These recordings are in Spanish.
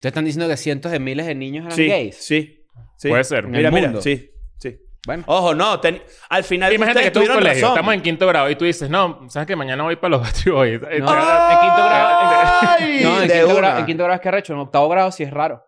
Te están diciendo que cientos de miles de niños eran Sí, gays. sí, sí. Puede ser. En Mira, el mira, mundo. sí, sí. Bueno. Ojo, no, ten- al final Imagínate que ustedes tú en tuvieron colegio, razón. estamos en quinto grado y tú dices, no, sabes que mañana voy para los Battery Boys. Eh, No. te- en quinto grado- ¡Ay! No, en De quinto, una. grado, en quinto grado es que arrecho. En octavo grado sí es raro.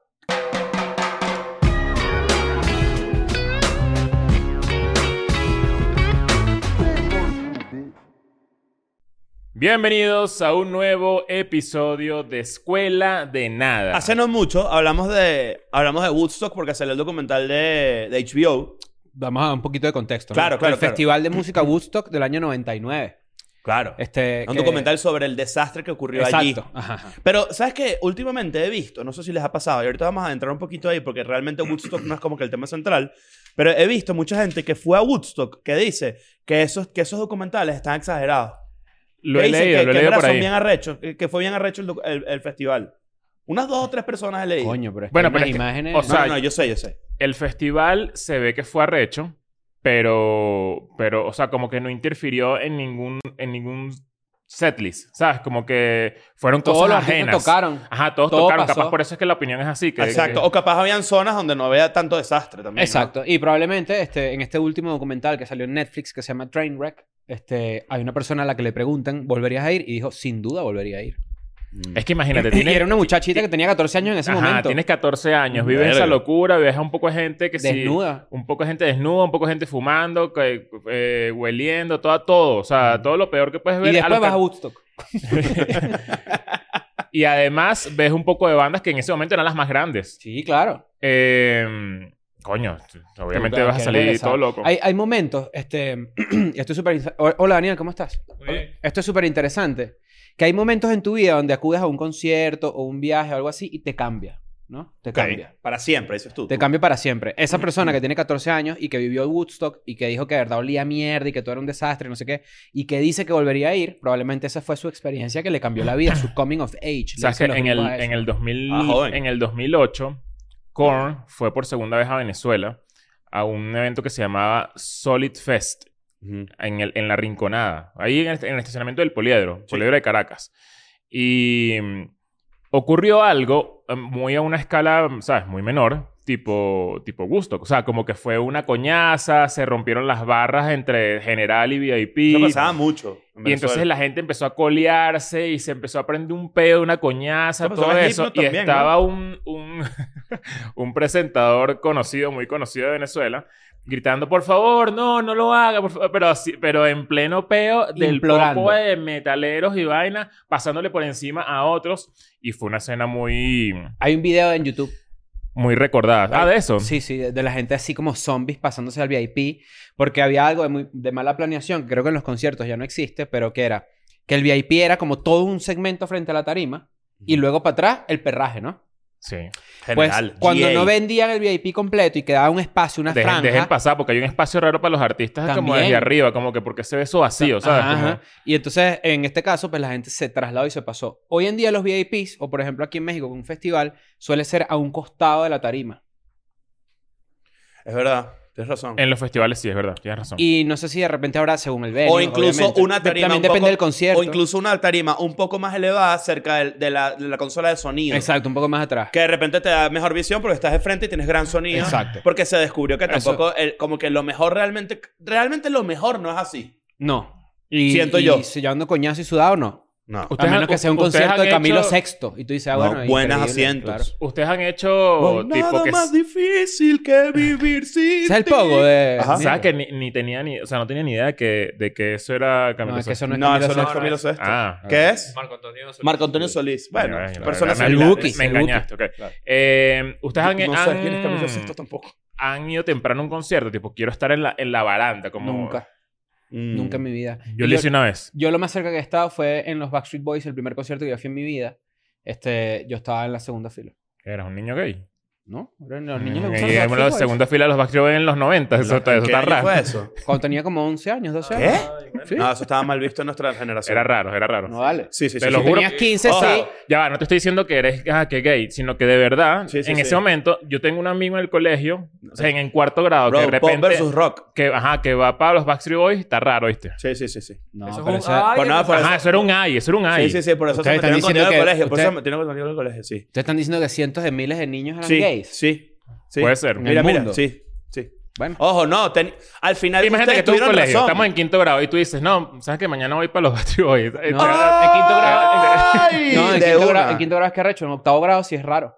Bienvenidos a un nuevo episodio de Escuela de Nada. Hace no mucho hablamos de, hablamos de Woodstock porque salió el documental de, de HBO. Vamos a dar un poquito de contexto. Claro, claro, El claro. Festival de Música Woodstock del año 99. Claro. Este, un que- documental sobre el desastre que ocurrió allí. Exacto. Ajá, ajá. Pero, ¿sabes qué? Últimamente he visto, no sé si les ha pasado, y ahorita vamos a entrar un poquito ahí porque realmente Woodstock no es como que el tema central, pero he visto mucha gente que fue a Woodstock que dice que esos, que esos documentales están exagerados. Lo que he dicen leído, que, lo he que en leído verdad por son ahí. bien arrechos, que, que fue bien arrecho el, docu- el- el festival. Unas dos o tres personas he leído. Coño, pero este, es que Bueno, hay pero unas es que- imágenes... o No, sea, no, no, yo sé, yo sé. El festival se ve que fue arrecho, pero, pero, o sea, como que no interfirió en ningún, en ningún setlist, ¿sabes? Como que fueron todos los cosas artistas ajenas. tocaron. Ajá, todos Todo tocaron. pasó. Capaz por eso es que la opinión es así. que- Exacto. que- O capaz habían zonas donde no había tanto desastre también. ¿no? Exacto. Y probablemente este, en este último documental que salió en Netflix que se llama Trainwreck, este, hay una persona a la que le preguntan, ¿volverías a ir? Y dijo, sin duda volvería a ir. Mm. es que imagínate, Y tienes, era una muchachita que tenía 14 años en ese ajá, momento. tienes 14 años, vives Verga. esa locura, ves a un poco de gente que sí... desnuda. Un poco de gente desnuda, un poco de gente fumando, que, eh, hueliendo, todo, todo. O sea, todo lo peor que puedes ver. Y después lo que- vas a Woodstock. y además ves un poco de bandas que en ese momento eran las más grandes. Sí, claro. Eh, coño, obviamente Pero, vas a que salir regresa. todo loco. Hay, hay momentos, este, esto es súper... inter- Ho- Hola, Daniel, ¿cómo estás? Muy bien. Esto es súper interesante. Que hay momentos en tu vida donde acudes a un concierto o un viaje o algo así y te cambia, ¿no? Te Ok. cambia. Para siempre, dices tú. Te cambio para siempre. Esa persona que tiene 14 años y que vivió en Woodstock y que dijo que de verdad olía a mierda y que todo era un desastre, no sé qué, y que dice que volvería a ir, probablemente esa fue su experiencia que le cambió la vida, su coming of age. le ¿Sabes que dicen los en el, gringos a eso. en, el 2000, Ah, joven. en el 2008, Korn fue por segunda vez a Venezuela a un evento que se llamaba Solid Fest Ujú. en, el, en la Rinconada, ahí en el, en el estacionamiento del Poliedro, Sí. Poliedro de Caracas. Y mm, ocurrió algo eh, muy a una escala, ¿sabes? Muy menor, tipo, tipo gusto. O sea, como que fue una coñaza, se rompieron las barras entre general y VIP. Eso pasaba mucho. en Y entonces Venezuela. la gente empezó a colearse y se empezó a prender un pedo, una coñaza, Eso todo pasaba en eso. Hipno Y también, estaba un, un, un presentador conocido, muy conocido de Venezuela, gritando, por favor, no, no lo haga, por favor", Pero, así- pero en pleno peo del Implorando. poco de metaleros y vaina, pasándole por encima a otros. Y fue una escena muy, Hay un video en YouTube. muy recordada. Ah, de eso. Sí, sí, de, de la gente así como zombies pasándose al VIP, porque había algo de, muy- de mala planeación, que creo que en los conciertos ya no existe, pero que era que el VIP era como todo un segmento frente a la tarima y luego para atrás el perraje, ¿no? Sí. General, pues, cuando GA. no vendían el VIP completo y quedaba un espacio, una Dejen, franja. dejen pasar, porque hay un espacio raro para los artistas como También. desde arriba, como que porque se ve eso vacío, ¿sabes? Ajá, Como- ajá. Y entonces, en este caso, pues la gente se trasladó y se pasó. Hoy en día los VIPs, o por ejemplo aquí en México con un festival, suele ser a un costado de la tarima. Es verdad. Tienes razón. En los festivales sí, es verdad. Tienes razón. Y no sé si de repente habrá según el venue, o incluso obviamente. una Pero tarima. También un depende poco- del concierto. O incluso una tarima un poco más elevada cerca del- de, la, de la consola de sonido. Exacto, un poco más atrás. Que de repente te da mejor visión porque estás de frente y tienes gran sonido. Exacto. Porque se descubrió que Eso- tampoco, el- como que lo mejor realmente, realmente lo mejor no es así. No. Y, Siento y yo. Si llevando coñazo y sudado, no. No. A menos que sea un ustedes concierto han de Camilo hecho- VI. Y tú dices, ah, bueno. buenas increíble, claro. asientos. Ustedes han hecho No hay tipo nada que... más difícil que vivir sin Ese es el ti. pogo de. Ajá. ¿Sabes que ni, ni tenía ni... O sea, no tenía ni idea de que, de que eso era Camilo No, es que eso no es No, Camilo eso no es VI. Camilo Sesto. Ah. ¿Qué es? Marco Antonio Solís. Marco Antonio Solís. Bueno, Mira, mira, personas mira, mira, similares. Lucky, Me El Lucky. engañaste, ok. Claro. Eh, Ustedes han, No sé han, quién es Camilo Sesto tampoco. han ido temprano a un concierto. Tipo, quiero estar en la, en la baranda. Como... mm, Nunca, nunca en mi vida. Yo Y lo hice una vez. Yo lo más cerca que he estado fue en los Backstreet Boys, el primer concierto que yo fui en mi vida. Este, yo estaba en la segunda fila. ¿Eras un niño gay? ¿no? Eran los niños que usaban Mm, Y en la Backstreet segunda fila de los Backstreet Boys en los 90. Eso, está- eso ¿Qué está año raro. fue eso? Boys. Cuando tenía como 11 años, 12 ¿Qué? años. Sí. No, eso estaba mal visto en nuestra generación. Era raro, era raro. No vale. Sí, sí, sí. Te lo sí. Si juro. tenías 15, Ojo. sí. Ya va, no te estoy diciendo que eres ah, que gay, sino que de verdad, Sí, sí, en sí. ese momento, yo tengo un amigo en el colegio, o sea, en, en cuarto grado, Bro, que de repente. pop versus rock. Que, ajá, que va para los Backstreet Boys, está raro, ¿viste? Sí, sí, sí, sí. No, Eso es pero un- esa- Ay, Por nada, qué por Ajá, eso. eso era un ay, eso era un Sí, ay. sí, sí, por eso se Ustedes están metieron diciendo conmigo en el que- colegio. Por eso ustedes- se metieron conmigo en el colegio, sí. Ustedes están diciendo que cientos de miles de niños eran Sí, gays. sí, sí. Puede ser. En el Mira, mira, mundo. sí, sí. Bueno. Ojo, no, ten- al final Imagínate ustedes que estás en un tuvieron colegio, razón. estamos en quinto grado y tú dices, no, sabes que mañana voy para los Backstreet Boys. Eh, No. Ah, te- Ah, en quinto grado- ¡Ay! No, en de quinto, una. grado, en quinto grado es que arrecho. En octavo grado sí es raro.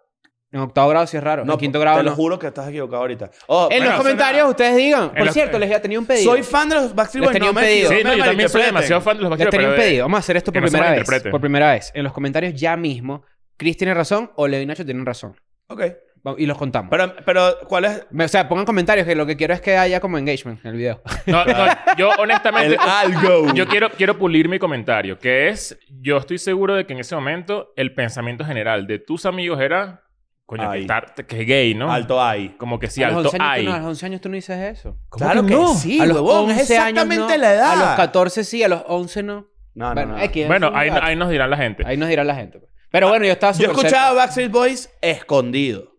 En octavo grado sí es raro. en quinto grado Te no. lo juro que estás equivocado ahorita. Ojo, En bueno, los eso comentarios nada. ustedes digan. Por los- cierto, les tenía un pedido. Soy fan de los Backstreet Les Boys. tenía no un me pedido. Sí, me no, yo también soy malinterpreten. demasiado fan de los Les Backstreet tenía Boys. un pero de- pedido. Vamos a hacer esto que por no se primera vez. malinterpreten. Por primera vez. En los comentarios ya mismo, Chris tiene razón o Leo y Nacho tienen razón. Ok. Va- Y los contamos. Pero, pero, ¿cuál es Me- o sea, pongan comentarios que lo que quiero es que haya como engagement en el video. No, eh, no, yo honestamente, el ah. algo? yo quiero, quiero pulir mi comentario, que es, yo estoy seguro de que en ese momento el pensamiento general de tus amigos era, coño, que, Ay. estar- que es gay, ¿no? Alto hay. Como que sí, a, los alto 11 años, hay. tú no, a los 11 años tú no dices eso. Claro que, sí, a los huevón. Es 11 años exactamente no, la edad. A los 14 sí, a los 11 no. No, no, Bueno, no. X, Bueno, es un ahí, dato. ahí nos dirán la gente. Ahí nos dirá la gente. pues. Pero bueno, yo estaba Yo súper escuchaba Backstreet Boys escondido. cerca.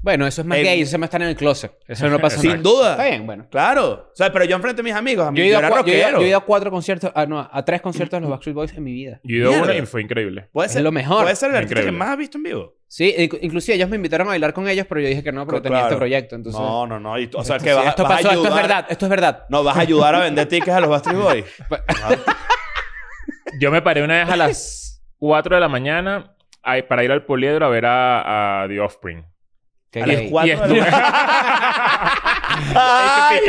Bueno, eso es más Eh, gay, eso se me están en el closet. Eso no pasa nada. Sin duda. Está bien, bueno. Claro. O sea, pero yo enfrente a mis amigos. A mí, Yo yo, he, ido a era cua- yo he ido- rockero. yo he ido a cuatro conciertos, ah, no, a tres conciertos de los Backstreet Boys en mi vida. Yo he ido a uno Mierda. y fue increíble. Puede Es ser, lo mejor. Puede ser el artista que Increíble. más has visto en vivo. Sí, inc- inclusive ellos me invitaron a bailar con ellos, pero yo dije que no, porque tenía Claro. este proyecto. Entonces, No, no, no. Y tú- o sea, Sí, que vas, esto vas pasó, a esto ayudar. es verdad, esto es verdad. No, vas a ayudar a vender tickets a los Backstreet Boys. Yo me paré una vez a las 4 de la mañana a- para ir al poliedro a ver a, a The Offspring. Qué A las gay. cuatro Y de la Ay, qué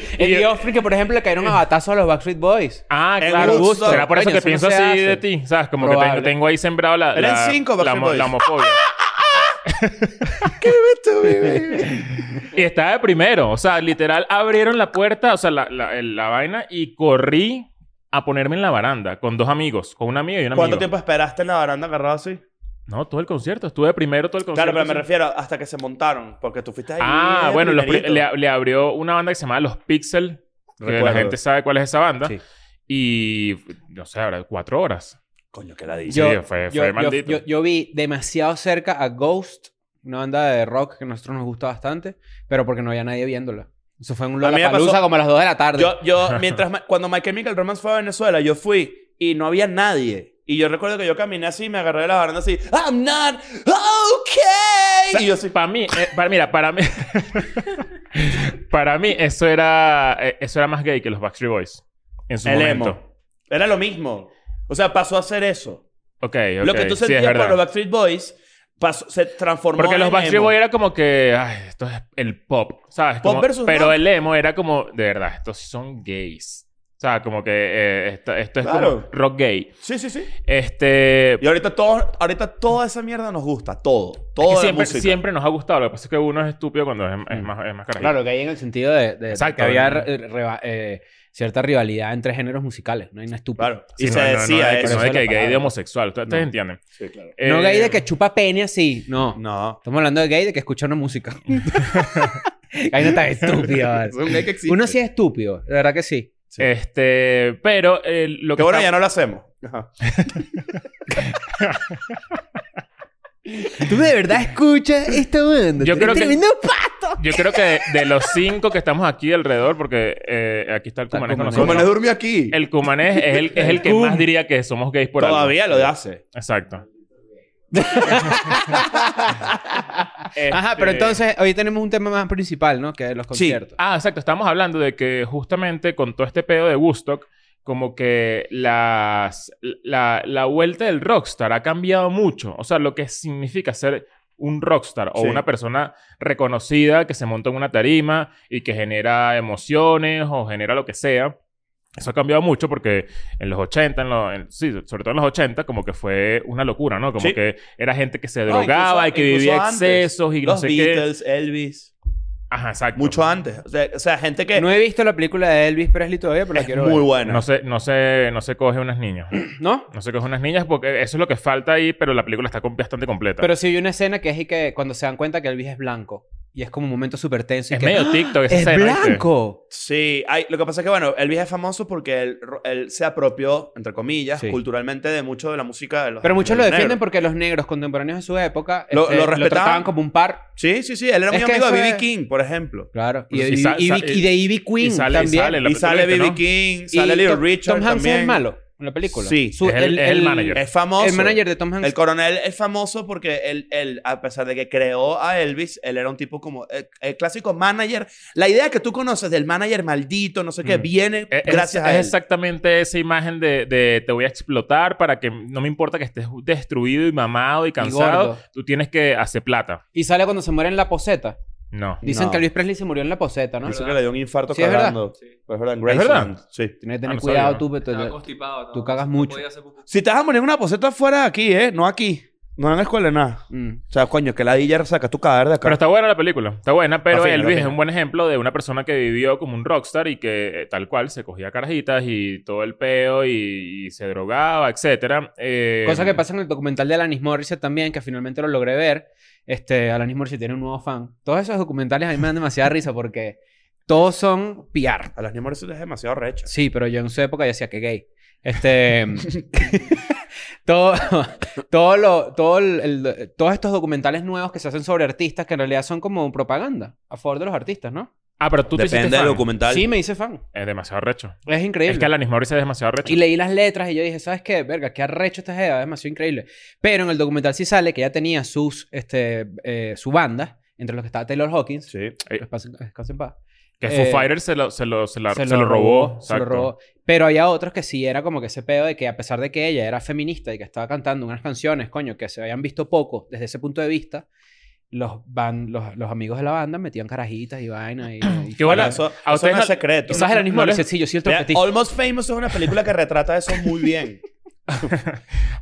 picado. El The Offspring, que por ejemplo le cayeron a batazos a los Backstreet Boys. Ah, En claro. Woodstock. Será por eso Coño, que eso no pienso se así hace. de ti. ¿Sabes? Como que Probable. tengo, tengo ahí sembrado la, Eran la, cinco la, Backstreet mo- la Boys. homofobia. y estaba de primero. O sea, literal, abrieron la puerta, o sea, la, la, el- la vaina y corrí a ponerme en la baranda con dos amigos, con una amiga y un amigo. ¿Cuánto tiempo esperaste en la baranda agarrado así? No, todo el concierto. Estuve primero todo el concierto. Claro, pero me sí. refiero hasta que se montaron, porque tú fuiste ahí. Ah, eh, bueno, los pri- primerito. le, le abrió una banda que se llamaba Los Pixel. Que la Recuerdo. gente sabe cuál es esa banda. Sí. Y, no sé, habrá cuatro horas. Coño, que la dice. Yo- Sí, fue- fue maldito. yo- yo vi demasiado cerca a Ghost, una banda de rock que a nosotros nos gusta bastante, pero porque no había nadie viéndola. Eso fue en un A mí me Lollapalooza pasó- como a las 2 de la tarde. Yo, yo, mientras, ma- cuando My Chemical Romance fue a Venezuela, yo fui y no había nadie. Y yo recuerdo que yo caminé así y me agarré de la baranda así, I'm not okay. Y yo así, Para mí, eh, para, mira, para mí. para mí, eso era, eh, eso era más gay que los Backstreet Boys. En su el momento. emo. Era lo mismo. O sea, pasó a ser eso. Ok, ok. Lo que tú sí, es sentías por verdad. los Backstreet Boys pasó- se transformó Porque en los Backstreet emo. Boys era como que, ay, esto es el pop, ¿sabes? Pop Como- versus pero rock. el emo era como, de verdad, estos son gays. O sea, como que eh, esto, esto es Claro. como rock gay. Sí, sí, sí. Este... Y ahorita, todo, ahorita toda esa mierda nos gusta. Todo. Todo que la siempre, música. Mm. siempre nos ha gustado. Lo que pasa es que uno es estúpido cuando es, es más, es más carajito. Claro, que hay en el sentido de, de- de Exacto. que había re- reba- eh, cierta rivalidad entre géneros musicales. No hay una estúpida. Claro. Sí, y se no, no, no, decía no, de eso. que- No de que Esa es la gay de palabra. homosexual. Ustedes No. entienden. Sí, claro. No Eh, gay de que chupa pene así. No. No. Estamos hablando de gay de que escucha una música. Ahí no tan estúpido. vale. un gay que existe. Uno sí es estúpido. La verdad que sí. Sí. Este... Pero eh, lo que... Que bueno, está- ya no lo hacemos. Ajá. Tú de verdad escuchas esta banda. Yo Tú eres creo que- tremendo pa- Yo creo que de, de los cinco que estamos aquí alrededor, porque eh, aquí está el Está el cumanés con cumanés. nosotros. Como no durmió aquí. El cumanés es el, es el que más diría que somos gays por algo. Todavía lo hace. Exacto. Ajá, Este, pero entonces hoy tenemos un tema más principal, ¿no? Que es los conciertos. Ah, exacto. Estamos hablando de que justamente con todo este pedo de Woodstock, como que las, la, la vuelta del rockstar ha cambiado mucho. O sea, lo que significa ser un rockstar o Sí. una persona reconocida que se monta en una tarima y que genera emociones o genera lo que sea. Eso ha cambiado mucho porque en los 80, en los- en- sí, sobre todo en los 80, como que fue una locura, ¿no? Como Sí. que era gente que se No, incluso- drogaba y que incluso vivía antes. excesos y no Los sé qué. Beatles, Elvis. Ajá, exacto. Mucho antes. O sea, o sea, gente que No he visto la película de Elvis Presley todavía, pero la es quiero muy ver. buena. No se, no, se, no se coge unas niñas. ¿No? No se coge unas niñas porque eso es lo que falta ahí, pero la película está com- bastante completa. Pero sí vi una escena que es y que cuando se dan cuenta que Elvis es blanco. Y es como un momento súper tenso. y es que, medio TikTok Pues esa ¡Es escena, ¿viste? blanco! Sí, hay- lo que pasa es que, bueno, Elvis es famoso porque él, él se apropió, entre comillas, Sí. culturalmente de mucho de la música de los Pero muchos de lo los defienden negros. porque los negros contemporáneos de su época Lo- este, lo respetaban. trataban como un par. Sí, sí, sí. Él era muy Es que amigo de eso B.B. es- King, por ejemplo. Claro. Y, Pues, de y sa- Ivy- sa- Ivy- y de Ivy Queen y sale- y también. sale la- Y película sale viste, B.B. ¿no? King, Y sale Little este, Tom- Richard Tom Hanks también. es malo en la película. Sí. Su- Es el- es el manager. Es famoso. El manager de Tom Hanks. El coronel es famoso porque él, él, a pesar de que creó a Elvis, él era un tipo como eh, el, clásico manager. La idea que tú conoces del manager maldito, no sé qué, Mm. viene Es- es- gracias a es él. exactamente esa imagen de, de te voy a explotar para que no me importa que estés destruido y mamado y cansado. gordo. tú tienes que hacer plata. Y sale cuando se muere en la poseta. No. Dicen No. que Elvis Presley se murió en la poseta, ¿no? Dicen que le dio un infarto Sí, es verdad. cagando. Pues es verdad, en ¿Es verdad? Graceland. Sí. Tienes que Ah, tener no cuidado sabía, tú. pero te- Estaba constipado. no, tú cagas no mucho. podía hacer pupú. Si te vas a poner una poseta afuera aquí, ¿eh? No aquí. No en la escuela, nada. Mm. O sea, coño, que la DJ saca tu cadáver de acá. Pero está buena la película. Está buena, pero La fina, la Elvis es fina. un buen ejemplo de una persona que vivió como un rockstar y que eh, tal cual se cogía carajitas y todo el peo y, y se drogaba, etcétera. Eh, Cosa que pasa en el documental de Alanis Morissette también, que finalmente lo logré ver. Este, Alanis Morissette tiene un nuevo fan. Todos esos documentales a mí me dan demasiada risa porque todos son PR. A las niñas Morissette es demasiado recha. Sí, pero yo en su época decía que gay. Este. todo, todo lo, todo el- el- todos estos documentales nuevos que se hacen sobre artistas que en realidad son como propaganda a favor de los artistas, ¿no? Ah, pero tú te Depende hiciste del fan. documental. Sí, me hice fan. Es demasiado recho. Es increíble. Es que Alanis Morissette es demasiado recho. Y leí las letras y yo dije, ¿sabes qué? Verga, qué arrecho esta jeva, es demasiado increíble. Pero en el documental sí sale que ella tenía sus, este, eh, su banda, entre los que estaba Taylor Hawkins. Sí. Descanse en- descanse en paz. Eh, Que Eh, Foo Fighters se lo, se lo, se la- se lo robó. se lo exacto. robó. Pero había otros que sí era como que ese pedo de que a pesar de que ella era feminista y que estaba cantando unas canciones, coño, que se habían visto poco desde ese punto de vista, los, van, los, los amigos de la banda metían carajitas y vainas. Y, y- Que igual a, Ahora, eso, a eso ustedes no no- es secreto. Quizás era el mismo no les- sí, yo soy el Mira, trompetista. Almost Famous es una película que retrata eso muy bien. a usted-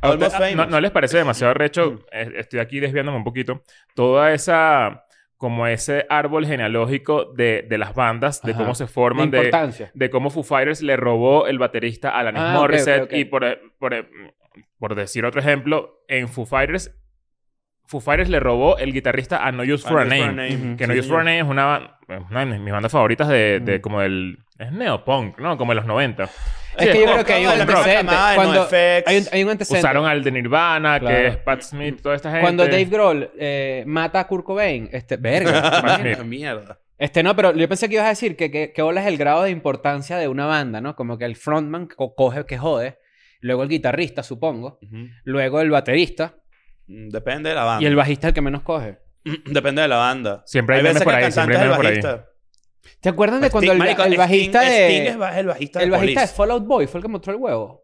Almost a- no, Famous. no les parece demasiado Mm. recho? Eh, Estoy aquí desviándome un poquito. Toda esa... Como ese árbol genealógico de, de las bandas, de Ajá. cómo se de forman, de, importancia. de cómo Foo Fighters le robó el baterista a Alanis Ah, ok, Morissette. ok, ok. Y por, eh, por, por decir otro ejemplo, en Foo Fighters, Foo Fighters le robó el guitarrista a No Use for a Ujú. Name. Que No Sí, Use for señor. a Name es una, ba- una de mis bandas favoritas de, de Mm. como del... Es neopunk, ¿no? Como de los 90. Es Sí, que yo creo que como hay un de la misma antecedente. camada de Cuando- NoFX. Hay un, hay un antecedente. Usaron al de Nirvana, Claro. que es Pat Smith, toda esta gente. Cuando Dave Grohl eh, mata a Kurt Cobain, este, verga. Pat Una Smith. mierda. este, no, pero yo pensé que ibas a decir que, que, que bola es el grado de importancia de una banda, ¿no? Como que el frontman co- coge que jode, luego el guitarrista, supongo, luego el baterista Mm, Depende de la banda. y el bajista el que menos coge. Mm, Depende de la banda. Siempre hay memes por ahí, siempre hay memes por ahí. ¿Te acuerdas de cuando el, Pues Marico, el bajista Sting- de Sting es ba- el bajista de el bajista de Police. Fallout Boy fue el que mostró el huevo?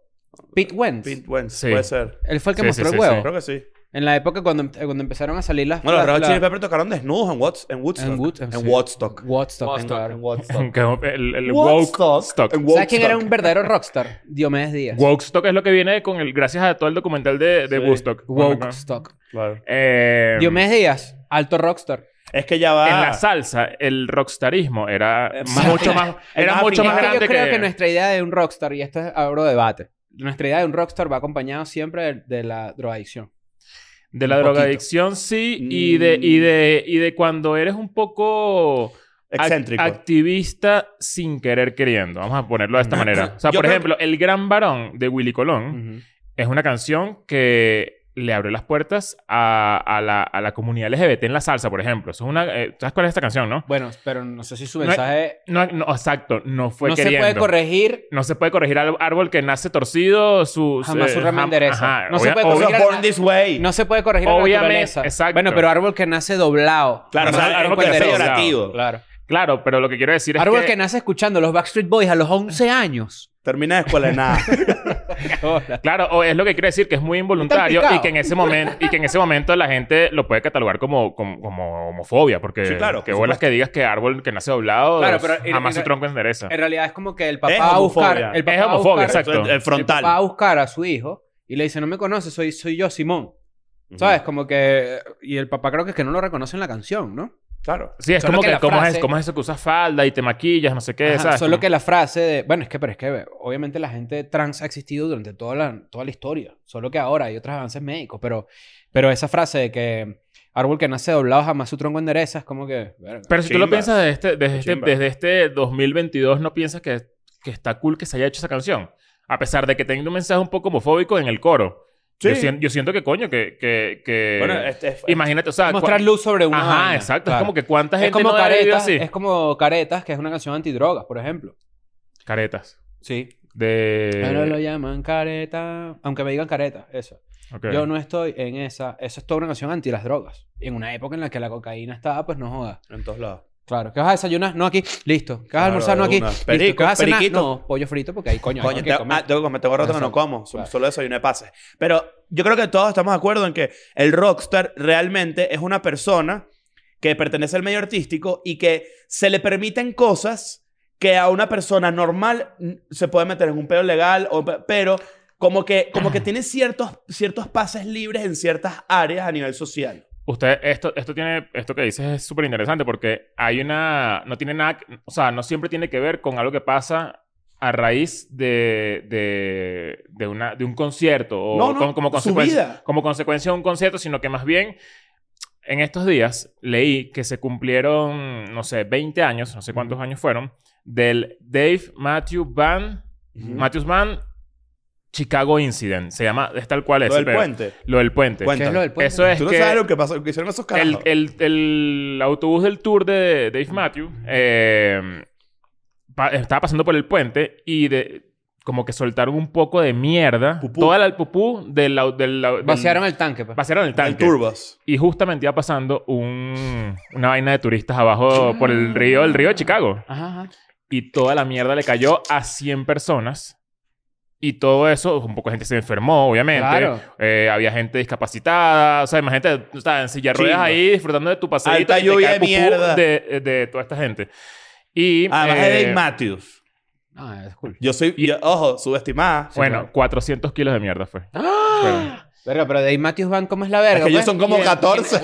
Pete Wentz. Pete Wentz, Sí. puede ser. Él fue el que Sí, sí, mostró sí, el huevo. Creo que sí. En la época cuando, cuando empezaron a salir las Bueno, los las- Red Hot las- Chili Peppers tocaron desnudos en, Woods, en Woodstock. En Wood- sí. en Woodstock. Woodstock, Woodstock. claro. En Woodstock. Que el, el Woodstock. woke stock. En ¿Sabes quién era Woodstock. un verdadero rockstar? Diomedes Díaz. Woke stock es lo que viene con el... Gracias a todo el documental de, Sí. de Woodstock. Wokestock. Claro. Eh, Diomedes Díaz, alto rockstar. Es que ya va. Ah. En la salsa, el rockstarismo era Eh, más- mucho más, era más mucho Es afín. más que yo grande que... creo que... nuestra idea de un rockstar, y esto es abro debate, nuestra idea de un rockstar va acompañado siempre de, de la drogadicción. De la un poquito. Mm. drogadicción, sí, y de, y, de, y de cuando eres un poco ac- Excéntrico. activista sin querer queriendo. Vamos a ponerlo de esta manera. O sea, Yo por creo ejemplo, El Gran Varón de Willy Colón es una canción que le abrió las puertas a, a la, a la comunidad LGBT en la salsa, por ejemplo. Eso es una, eh, ¿Sabes cuál es esta canción, no? Bueno, pero no sé si su No es- mensaje No, no, exacto, no fue no, se queriendo. puede corregir. No se puede corregir al árbol que nace torcido. Su, eh, Jamás su rama jam- endereza. ajá. No se Obvia- puede O sea, corregir- Born This Way. No se puede corregir la Obviamente, naturaleza. exacto. Bueno, pero árbol que nace doblado. Claro, o No sea, se algo algo que que es encuentra sea doblado. peyorativo. Claro. Claro, pero lo que quiero decir es Árbol que... que... nace escuchando los Backstreet Boys a los 11 años. Termina de escuela de nada. Claro, o es lo que quiero decir, que es muy involuntario Está picado. y que en ese momento y que en ese momento la gente lo puede catalogar como, como, como homofobia, porque Sí, claro, que por bolas supuesto. que digas que árbol que nace doblado, Claro, pero en- jamás en- su tronco endereza. En realidad es como que el papá Es va a homofobia. buscar. El papá Es va a homofobia, buscar- exacto. El frontal. Va a buscar a su hijo y le dice, no me conoces, soy, soy yo, Simón. ¿Sabes? Como que... Y el papá creo que es que no lo reconoce en la canción, ¿no? Claro. Sí, es Solo como que que, la ¿cómo, frase- es, cómo es eso que usas falda y te maquillas, no sé qué, Ajá, ¿sabes? solo Como- que la frase de... Bueno, es que, pero es que obviamente la gente trans ha existido durante toda la, toda la historia. Solo que ahora hay otros avances médicos. Pero, pero esa frase de que árbol que nace doblado jamás su tronco endereza es como que... verga. Pero si tú lo Chimba. piensas desde este, desde, este, Chimba. desde este 2022, ¿no piensas que, que está cool que se haya hecho esa canción? A pesar de que tenga un mensaje un poco homofóbico en el coro. Sí. Yo, sien- yo siento que, coño, que... que, que- Bueno, este es- Imagínate, o sea... Mostrar Ah, cua- luz sobre una Ajá, vaina, exacto. claro. Es como que cuánta gente es como no ha vivido caretas, así. es como caretas, que es una canción antidrogas, por ejemplo. Caretas. Sí. De... Pero lo llaman careta, aunque me digan careta, eso. Ok. Yo no estoy en esa, eso es toda una canción anti las drogas. Y en una época en la que la cocaína estaba, pues no jodas. En todos lados. Claro, ¿qué vas a desayunar? No aquí, listo. ¿Qué vas a Claro, almorzar? No de aquí, una. listo. Perico, ¿Qué vas a cenar? periquito. No, pollo frito porque ahí coño, Coño, hay te, que comer. ah, tengo que comer, tengo rato que no Exacto. como. so- Claro. Solo desayuné pases. Pero yo creo que todos estamos de acuerdo en que el rockstar realmente es una persona que pertenece al medio artístico y que se le permiten cosas que a una persona normal mm, se puede meter en un pedo legal, o, pe- pero como que, como que tiene ciertos, ciertos pases libres en ciertas áreas a nivel social. Usted, esto, esto tiene, esto que dices es súper interesante porque hay una, no tiene nada, que- o sea, no siempre tiene que ver con algo que pasa a raíz de, de, de una, de un concierto o No, no, como, como su consecuencia, vida. como consecuencia de un concierto, sino que más bien en estos días leí que se cumplieron, no sé, 20 años, no sé cuántos años fueron, del Dave Matthew Band, Matthews Band Chicago Incident, se llama, es tal cual es. Lo del pero- puente. Lo del puente. ¿Qué es lo del puente? Eso es Tú no que sabes lo que, pasó, lo que hicieron esos el, carajos. el- el autobús del tour de Dave Matthews eh, pa- estaba pasando por el puente y de, como que soltaron un poco de mierda. Pupú. Toda la el pupú del... au- del au- del- mm, Vaciaron el tanque, pues. vaciaron el el tanque. Turbos. Y justamente iba pasando un, una vaina de turistas abajo por el río, el río de Chicago. Ajá, ajá. Y toda la mierda le cayó a 100 personas. Y todo eso, un poco de gente se enfermó, obviamente. Claro. Eh, había gente discapacitada. O sea, imagínate, o sea, en silla de ruedas Chimba. ahí disfrutando de tu paseíto. Alta y te lluvia cae de mierda. De, de toda esta gente. Y, Además de eh, Dave Matthews. Ah, es cool. Yo soy, y- yo- ojo, subestimada. bueno, 400 kilos de mierda fue. ¡Ah! Verga, pero de ahí Matthews Van, ¿cómo es la verga? Es que ellos pues? son como Y el- 14.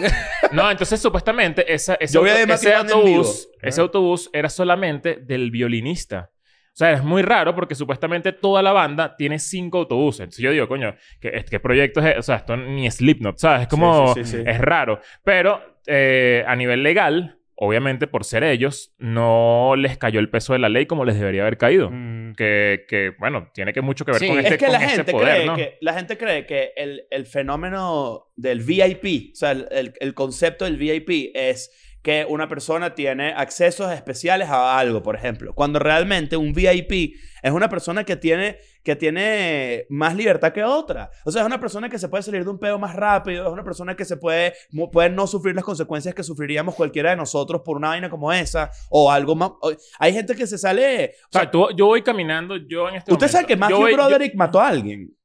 No, entonces supuestamente esa, ese, Yo vi a auto- Dave ese Matthews en vivo. autobús, ese autobús era solamente del violinista. O sea, es muy raro porque supuestamente toda la banda tiene cinco autobuses. Entonces yo digo, coño, ¿qué, qué proyecto es? e-? O sea, esto ni Slipknot, ¿sabes? Es como... Sí, sí, sí, sí. Es raro. Pero eh, a nivel legal, obviamente por ser ellos, no les cayó el peso de la ley como les debería haber caído. Mm. Que, que, bueno, tiene que mucho que ver Sí. con Es este, es que con la ese gente, poder, cree ¿no? que la gente cree que el, el fenómeno del VIP, o sea, el, el- el concepto del VIP es que una persona tiene accesos especiales a algo, por ejemplo, cuando realmente un VIP es una persona que tiene, que tiene más libertad que otra. O sea, es una persona que se puede salir de un pedo más rápido, es una persona que se puede, mu- puede no sufrir las consecuencias que sufriríamos cualquiera de nosotros por una vaina como esa o algo más. o- hay gente que se sale... O sea, tú- yo voy caminando, yo en este Usted sabe momento- que yo Matthew voy- yo- Broderick mató a alguien.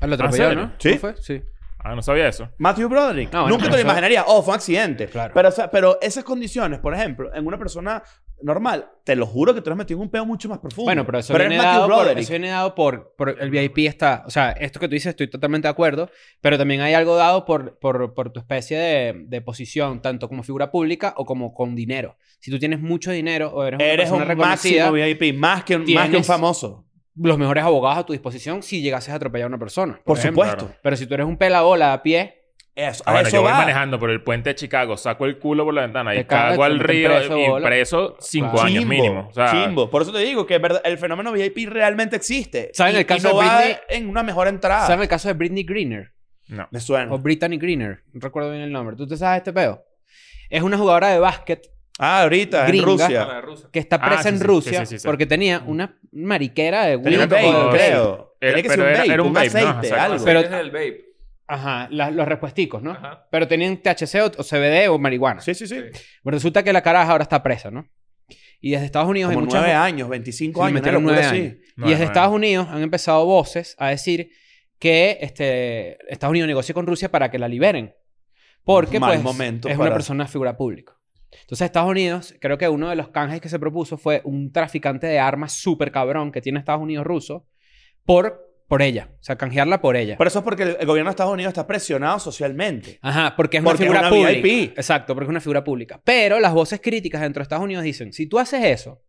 Lo atropelló, serio? ¿no? ¿Ah, ¿Sí? ¿No fue? Sí. Ah, no sabía eso. Matthew Broderick. No, bueno, Nunca te lo eso- imaginarías. Oh, fue un accidente. Claro. Pero, o sea, pero esas condiciones, por ejemplo, en una persona normal, te lo juro que te lo has metido en un peo mucho más profundo. Bueno, pero eso, es viene, Matthew dado por, Broderick. eso viene dado por, por el VIP está, o sea, esto que tú dices estoy totalmente de acuerdo, pero también hay algo dado por, por, por tu especie de, de posición, tanto como figura pública o como con dinero. Si tú tienes mucho dinero o eres una Eres persona un reconocida, máximo VIP, más que, un- más que un Tienes- famoso. los mejores abogados a tu disposición si llegases a atropellar a una persona. Por, ejemplo. supuesto. Pero si tú eres un pelabola a pie, Eso, Ah, a bueno, eso yo voy va. manejando por el puente de Chicago, saco el culo por la ventana y Te cagas, cago al te meten río preso, bola. impreso cinco Claro. años Chimbo, mínimo. O sea, chimbo. Por eso te digo que es verdad, el fenómeno VIP realmente existe. ¿Saben Y- el caso y no de va Britney? en una mejor entrada. ¿sabes el caso de Britney Greener? No. Me suena. O Brittany Greener, no recuerdo bien el nombre. ¿Tú te sabes este peo? Es una jugadora de básquet Ah, ahorita, Gringa. en Rusia. que está Ah, presa sí, en sí, Rusia sí, sí, Mm. sí. porque tenía una mariquera de Tenía weed un vape, o de vape, como- vape. creo. Era- Tenía que ser pero un era- vape, era un un vape, ¿no? aceite, Exacto. algo. Pero- es el vape. Ajá, la- los respuesticos, ¿no? Ajá. Pero tenían THC o, o CBD o marihuana. Sí, sí, sí. Pero resulta que la caraja ahora está presa, ¿no? Y desde Estados Unidos Como hay muchas... nueve años, 25 Sí, años. metieron una nueve locura años. así. Y Nueve, desde nueve. Estados Unidos han empezado voces a decir que este, Estados Unidos negocie con Rusia para que la liberen. Porque Mal pues, momento es para- una persona figura pública. Entonces Estados Unidos, creo que uno de los canjes que se propuso fue un traficante de armas súper cabrón que tiene Estados Unidos ruso por por ella. O sea, canjearla por ella. Pero eso es porque el el gobierno de Estados Unidos está presionado socialmente. Ajá, porque es una Porque es figura una pública. VIP. Exacto, porque es una figura pública. Pero las voces críticas dentro de Estados Unidos dicen, si tú haces eso,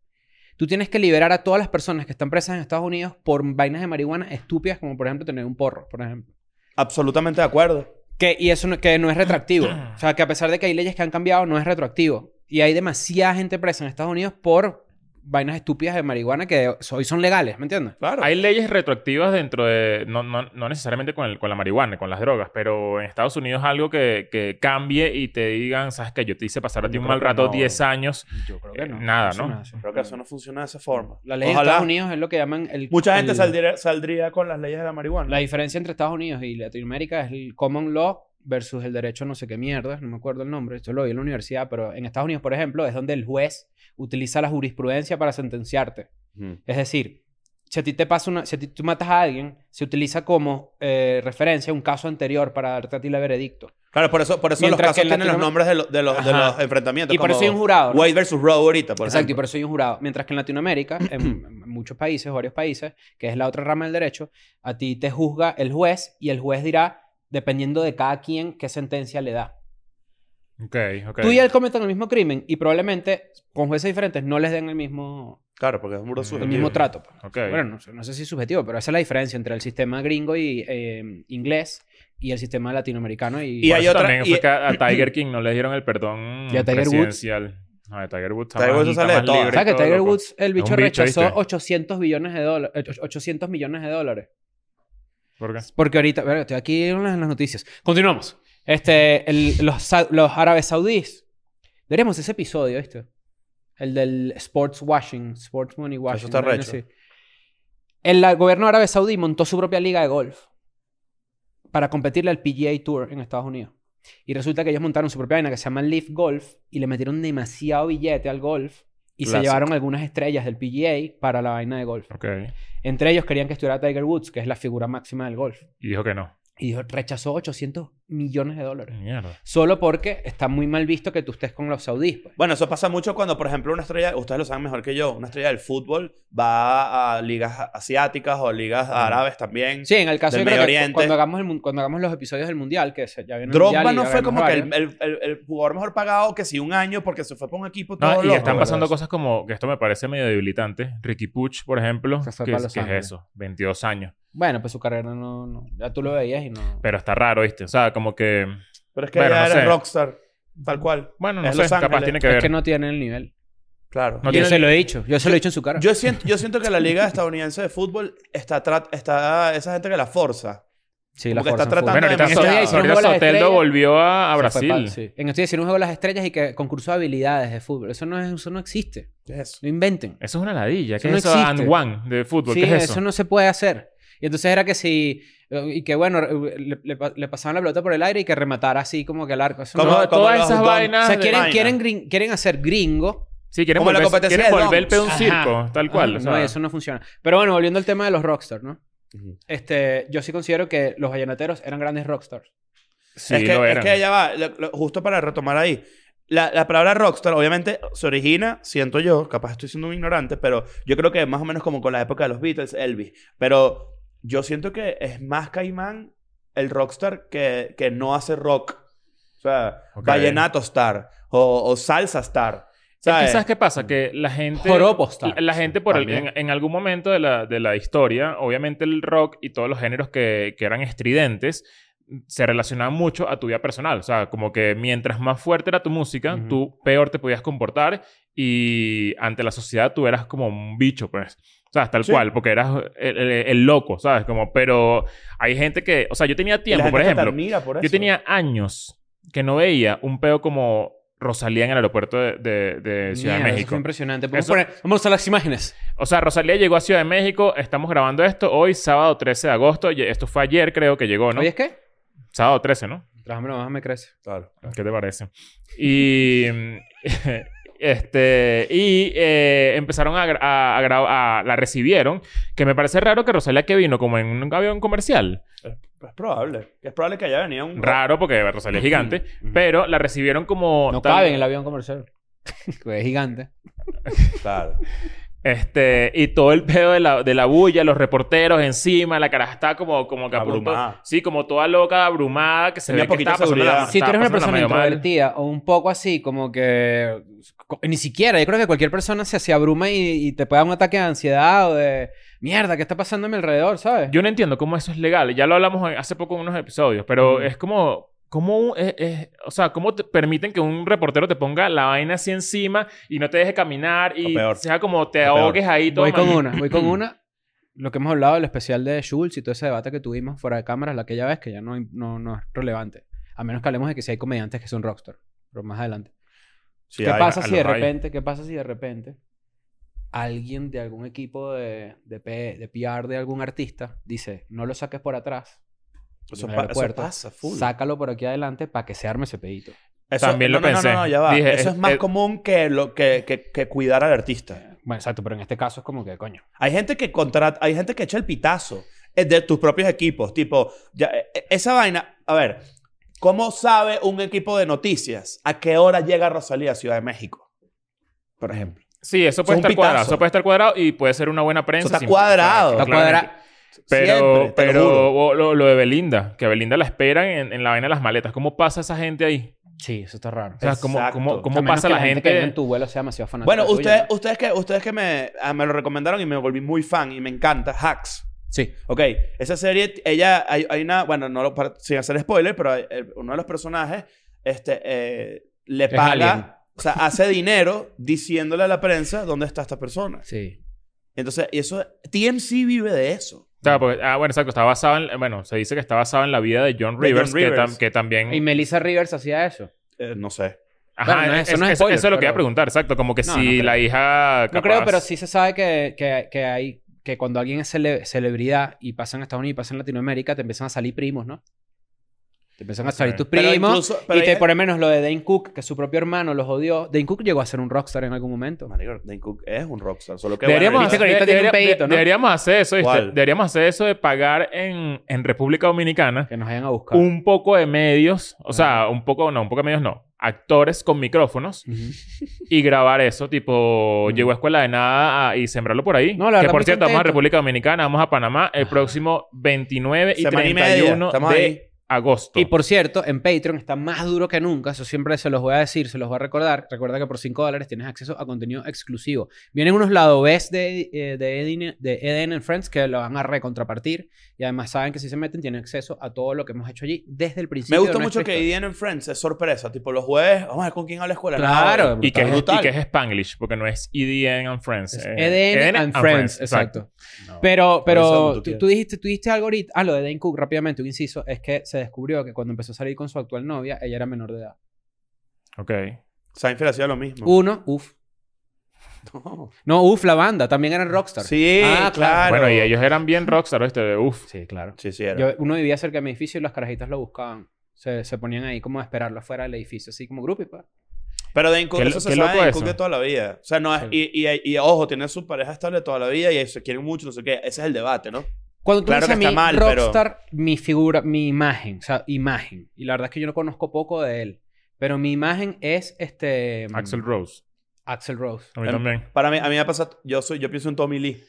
tú tienes que liberar a todas las personas que están presas en Estados Unidos por vainas de marihuana estúpidas, como por ejemplo tener un porro, por ejemplo. Absolutamente de acuerdo. Que, y eso no, que no es retroactivo. O sea, que a pesar de que hay leyes que han cambiado, no es retroactivo. Y hay demasiada gente presa en Estados Unidos por vainas estúpidas de marihuana que hoy son legales, ¿me entiendes? Claro. Hay leyes retroactivas dentro de. No, no, no necesariamente con, el- con la marihuana, con las drogas, pero en Estados Unidos algo que, que cambie y te digan, sabes que yo te hice pasar a ti Yo un creo mal que rato no. 10 años. Yo creo que no. Nada, ¿no? Creo que eso no funciona de esa forma. La ley de Ojalá. Estados Unidos es lo que llaman el... Mucha gente el- saldría, saldría con las leyes de la marihuana. La diferencia entre Estados Unidos y Latinoamérica es el common law versus el derecho no sé qué mierda, no me acuerdo el nombre, esto lo vi en la universidad, pero en Estados Unidos, por ejemplo, es donde el juez utiliza la jurisprudencia para sentenciarte. Es decir, si a ti te pasa una, si a ti tú matas a alguien, se utiliza como eh, referencia un caso anterior para darte a ti el veredicto. Claro, por eso, por eso los Mientras casos que en tienen los Latinoam- nombres de, lo- de los, de Ajá. los enfrentamientos. Y por eso hay como un jurado. ¿no? Wade versus Roe ahorita, por Exacto, y ejemplo. por eso hay un jurado. Mientras que en Latinoamérica, en, en muchos países, varios países, que es la otra rama del derecho, a ti te juzga el juez y el juez dirá, dependiendo de cada quien, qué sentencia le da. Ok, ok. Tú y él cometen el mismo crimen y probablemente con jueces diferentes no les den el mismo, Claro, porque es un muro El el suyo. Subjetivo. mismo trato. pues. Ok. Bueno, no, sé- no sé si es subjetivo, pero esa es la diferencia entre el sistema gringo y eh, inglés y el sistema latinoamericano. Y, Y Por hay eso otra- También fue y- que a Tiger King no le dieron el perdón ¿Y a Tiger Woods? presidencial. No, a Tiger Woods está Tiger más- Woods está sale más de todas. libre y ¿Sabes que todo, Tiger loco. Woods, el bicho un bicho, rechazó ¿viste? 800 billones de dólares, 800 millones de dólares? ¿Por qué? Porque ahorita, verga, estoy aquí en las, en las noticias. Continuamos. Este, el- los, sa- los árabes saudíes. Veremos ese episodio, ¿viste? El del sports washing, sports money washing. está una vaina recho. así. El, la- gobierno árabe saudí montó su propia liga de golf para competirle al PGA Tour en Estados Unidos. Y resulta que ellos montaron su propia vaina que se llama Leaf Golf y le metieron demasiado billete al golf y se Clásico. llevaron algunas estrellas del PGA para la vaina de golf. Ok. Entre ellos querían que estuviera Tiger Woods, que es la figura máxima del golf. Y dijo que no. Y dijo, rechazó 800 millones de dólares. Mierda. Solo porque está muy mal visto que tú estés con los saudíes. pues. Bueno, eso pasa mucho cuando, por ejemplo, una estrella, ustedes lo saben mejor que yo, una estrella del fútbol va a ligas asiáticas o ligas árabes también. Sí, en el caso Del yo creo Medio que cu- Oriente. cuando hagamos, el mun- cuando hagamos los episodios del Mundial, que se- ya viene el Drogba Mundial y no ya fue vemos como que el, varios. el- el- el jugador mejor pagado que sí un año porque se fue para un equipo No, todo y loco, están ¿verdad? pasando cosas como que esto me parece medio debilitante. Ricky Puch, por ejemplo, Se fue que, pa es- Los que es Ángeles. eso, 22 años. Bueno, pues su carrera no, no- Ya tú lo veías y no... Pero está raro, ¿viste? O sea, como que. Pero es que Bueno, ya no era sé. rockstar, tal cual. Bueno, no Es sé, Los capaz Ángeles. tiene que es ver. que no tiene el nivel. Claro. No yo tiene- se lo he dicho. Yo se lo he dicho en su cara. Yo siento, yo siento que la liga estadounidense de fútbol está, tra- está esa gente que la forza. sí, la como que está fuerza fue- tratando Bueno, ahorita, Ese So- día hicieron ahorita juego a las Soteldo estrellas. volvió se a, a fue Ah, Brasil. pal, sí. En estos días hicieron un juego de las estrellas y que concurso de habilidades de fútbol. Eso no, es, eso no existe. ¿Qué es eso? No inventen. Eso es una ladilla. Eso ¿Qué no es eso? existe. And one de fútbol. Sí, ¿Qué es eso? eso? no se puede hacer. Y entonces era que si... eh, Y que bueno, le, le pa- le pasaban la pelota por el aire y que rematara así como que el arco. Eso ¿Cómo? no- Todas- como todas los esas don- vainas. o sea, de- quieren, vaina. quieren, grin- quieren hacer gringo. Sí, quieren como la volver, competencia quieren de volver donks. un Ajá. circo, tal cual. Ajá, o no, sea. eso no funciona. Pero bueno, volviendo al tema de los rockstars, ¿no? Ujú. Este, yo sí considero que los vallenateros eran grandes rockstars. Sí, es, que, lo es eran. que ya va, lo- lo- justo para retomar ahí. La, la palabra rockstar, obviamente, se origina, siento yo, capaz estoy siendo un ignorante, pero yo creo que más o menos como con la época de los Beatles, Elvis. Pero yo siento que es más caimán el rockstar que, que no hace rock. O sea, Ok. vallenato star o, o eh, salsa star. ¿sabes? Es que, ¿sabes qué pasa? Que la gente... Joropo Star. La, la gente por el- También. en, en algún momento de la, de la historia, obviamente el rock y todos los géneros que, que eran estridentes se relacionaban mucho a tu vida personal. O sea, como que mientras más fuerte era tu música, Ujú. tú peor te podías comportar y ante la sociedad tú eras como un bicho, pues. O sea, tal Sí. cual, porque eras el, el- el loco, ¿sabes? Como, pero hay gente que... O sea, yo tenía Y la tiempo, gente por hasta te ejemplo. admira por Yo eso. tenía años que no veía un peo como Rosalía en el aeropuerto de, de- Mierda, de Ciudad de Eso fue México. impresionante. Vamos, Eso- a poner- vamos a las imágenes. O sea, Rosalía llegó a Ciudad de México. Estamos grabando esto hoy, sábado 13 de agosto. Y Esto fue ayer, creo que llegó, ¿no? ¿Oyes qué? Sábado 13, ¿no? Trájame nomás, me crece. Claro. ¿Qué te parece? Y. mm, Este, y eh, empezaron a, gra- a- a gra- a- La recibieron, que me parece raro que Rosalía que vino como en un avión comercial. Es probable. Es probable que haya venido un Raro, porque Rosalía es gigante, pero la recibieron como. No tan- cabe en el avión comercial. Pues es gigante. Claro. Este, y todo el pedo de la, de la bulla, los reporteros encima, la cara está como, como que a punto- Abrumada. Sí, como toda loca, abrumada, que se Tenía ve que poquita está pasando seguridad. la, Ah, Si tú estaba eres una persona pasándola medio mal. introvertida o un poco así, como que co- ni siquiera, yo creo que cualquier persona se, se abruma y, y te puede dar un ataque de ansiedad o de mierda, ¿qué está pasando a mi alrededor? ¿Sabes? Yo no entiendo cómo eso es legal. Ya lo hablamos en- hace poco en unos episodios, pero Ujú. es como... ¿Cómo, un- es- es- o sea, ¿Cómo te permiten que un reportero te ponga la vaina así encima y no te deje caminar y O peor. sea como te O peor. ahogues ahí todo? voy con mal? una, voy con una. Lo que hemos hablado del especial de Schultz y todo ese debate que tuvimos fuera de cámaras la aquella vez, que ya no, no, no es relevante. A menos que hablemos de que si hay comediantes que son rockstar. Pero más adelante. Sí, ¿Qué hay- pasa a si los de hay. repente, qué pasa si de repente alguien de algún equipo de, de, P- de PR de algún artista dice, no lo saques por atrás, Eso, en el pa- eso aeropuerto, pasa, full. sácalo por aquí adelante para que se arme ese pedito. Eso- También no, lo no, no, pensé. No, no, ya va. Dije, eso es- es más eh, común que, lo, que, que, que cuidar al artista. Bueno, exacto, pero en este caso es como que, coño. Hay gente que contrata, hay gente que echa el pitazo eh, de tus propios equipos. Tipo, ya, eh, eh, esa vaina, a ver, ¿cómo sabe un equipo de noticias a qué hora llega Rosalía a Ciudad de México? Por ejemplo. Sí, eso puede Es un estar cuadrado. pitazo. Eso puede estar cuadrado y puede ser una buena prensa. Eso está sin- cuadrado. Está claramente. cuadra- Pero, Siempre, te lo pero juro. o- lo, lo de Belinda, que a Belinda la esperan en, en la vaina de las maletas. ¿Cómo pasa esa gente ahí? Sí, eso está raro. O sea, ¿cómo, Exacto. cómo, A cómo menos pasa que la gente? que venga en tu vuelo sea demasiado fanática Bueno, tuya, ustedes, ¿no? ustedes que, ustedes que me, ah, me lo recomendaron y me volví muy fan y me encanta, Hacks. Sí. Ok, esa serie, ella, hay, hay una, bueno, no lo, para- sin hacer spoiler, pero eh, uno de los personajes, este, eh, le Es paga, alien. o sea, hace dinero diciéndole a la prensa dónde está esta persona. Sí. Entonces, y eso, TMC vive de eso. O sea, porque- ah, bueno, exacto. Está basado en... Bueno, se dice que está basado en la vida de John De Rivers, John que Rivers. tam- que, también... Y Melissa Rivers hacía eso. Eh, no sé. Ajá, Bueno, no, es- eso no es es- spoiler, eso es lo que pero- iba a preguntar, exacto. Como que No, no si creo. la hija... No capaz- creo, pero sí se sabe que, que, que hay... Que cuando alguien es cele- celebridad y pasa en Estados Unidos y pasa en Latinoamérica, te empiezan a salir primos, ¿no? Te empiezan a salir Ok. tus Pero primos. incluso- pero y te, ella- por lo menos lo de Dane Cook, que su propio hermano los odió. Dane Cook llegó a ser un rockstar en algún momento. Marico, Dane Cook es un rockstar, solo que... Deberíamos, bueno, viste hacer, que ahorita tiene un debería- pedito, ¿no? deberíamos hacer eso, ¿viste? ¿Cuál? Deberíamos hacer eso de pagar en, en República Dominicana Que nos vayan a buscar. un poco de medios, o sea, un poco, no, un poco de medios no, actores con micrófonos Ujú. y grabar eso, tipo, Mm. llegó a Escuela de Nada a- y sembrarlo por ahí. No, la que verdad, por muy cierto, vamos a contento. República Dominicana, vamos a Panamá el próximo 29 y Semana y media, 31 estamos de ahí. agosto. Y por cierto, en Patreon está más duro que nunca. Eso siempre se los voy a decir, se los voy a recordar. Recuerda que por 5 dólares tienes acceso a contenido exclusivo. Vienen unos lado Bs de, eh, de, Eden, de Eden and Friends que lo van a recontrapartir. Y además saben que si se meten tienen acceso a todo lo que hemos hecho allí desde el principio. Me gusta de mucho nuestra que historia. Idiana en Friends es sorpresa. Tipo, los jueves, vamos a ver con quién habla escuela. Claro, Nada, Y que, es, brutal. y que es Spanglish, porque no es EDN and Friends. Es eh, Eden, EDN and Friends, exacto. Pero, eso pero tú tú, quieres. tú dijiste, tú dijiste algo ahorita. Ah, lo de Dane Cook, rápidamente, un inciso, es que se descubrió que cuando empezó a salir con su actual novia, ella era menor de edad. Ok. Seinfeld hacía lo mismo. Uno, uff. No. No, uff, la banda, también eran rockstar. Sí, Uh, Ah, claro. claro. Bueno, y ellos eran bien rockstar, ¿viste? Uf. Sí, claro. Sí, sí, era. Yo- uno vivía cerca de mi edificio y las carajitas lo buscaban. Se, se ponían ahí como a esperarlo afuera del edificio, así como grupo y pa. Pero Dane Cook, Qué eso lo- se qué sabe de loco Dane eso. Cook de toda la vida. O sea, no es... Sí. Y, y, y, ojo, tiene su pareja estable toda la vida y se quieren mucho, no sé qué. Ese es el debate, ¿no? Cuando tú Claro dices que está mi mal, pero- rockstar, mi figura, mi imagen, o sea, imagen. Y la verdad es que yo no conozco poco de él. Pero mi imagen es este... mm, Axel Rose. Axl Rose. A mí Em, también. Para mí, a mí me pasa... Yo, soy, yo pienso en Tommy Lee.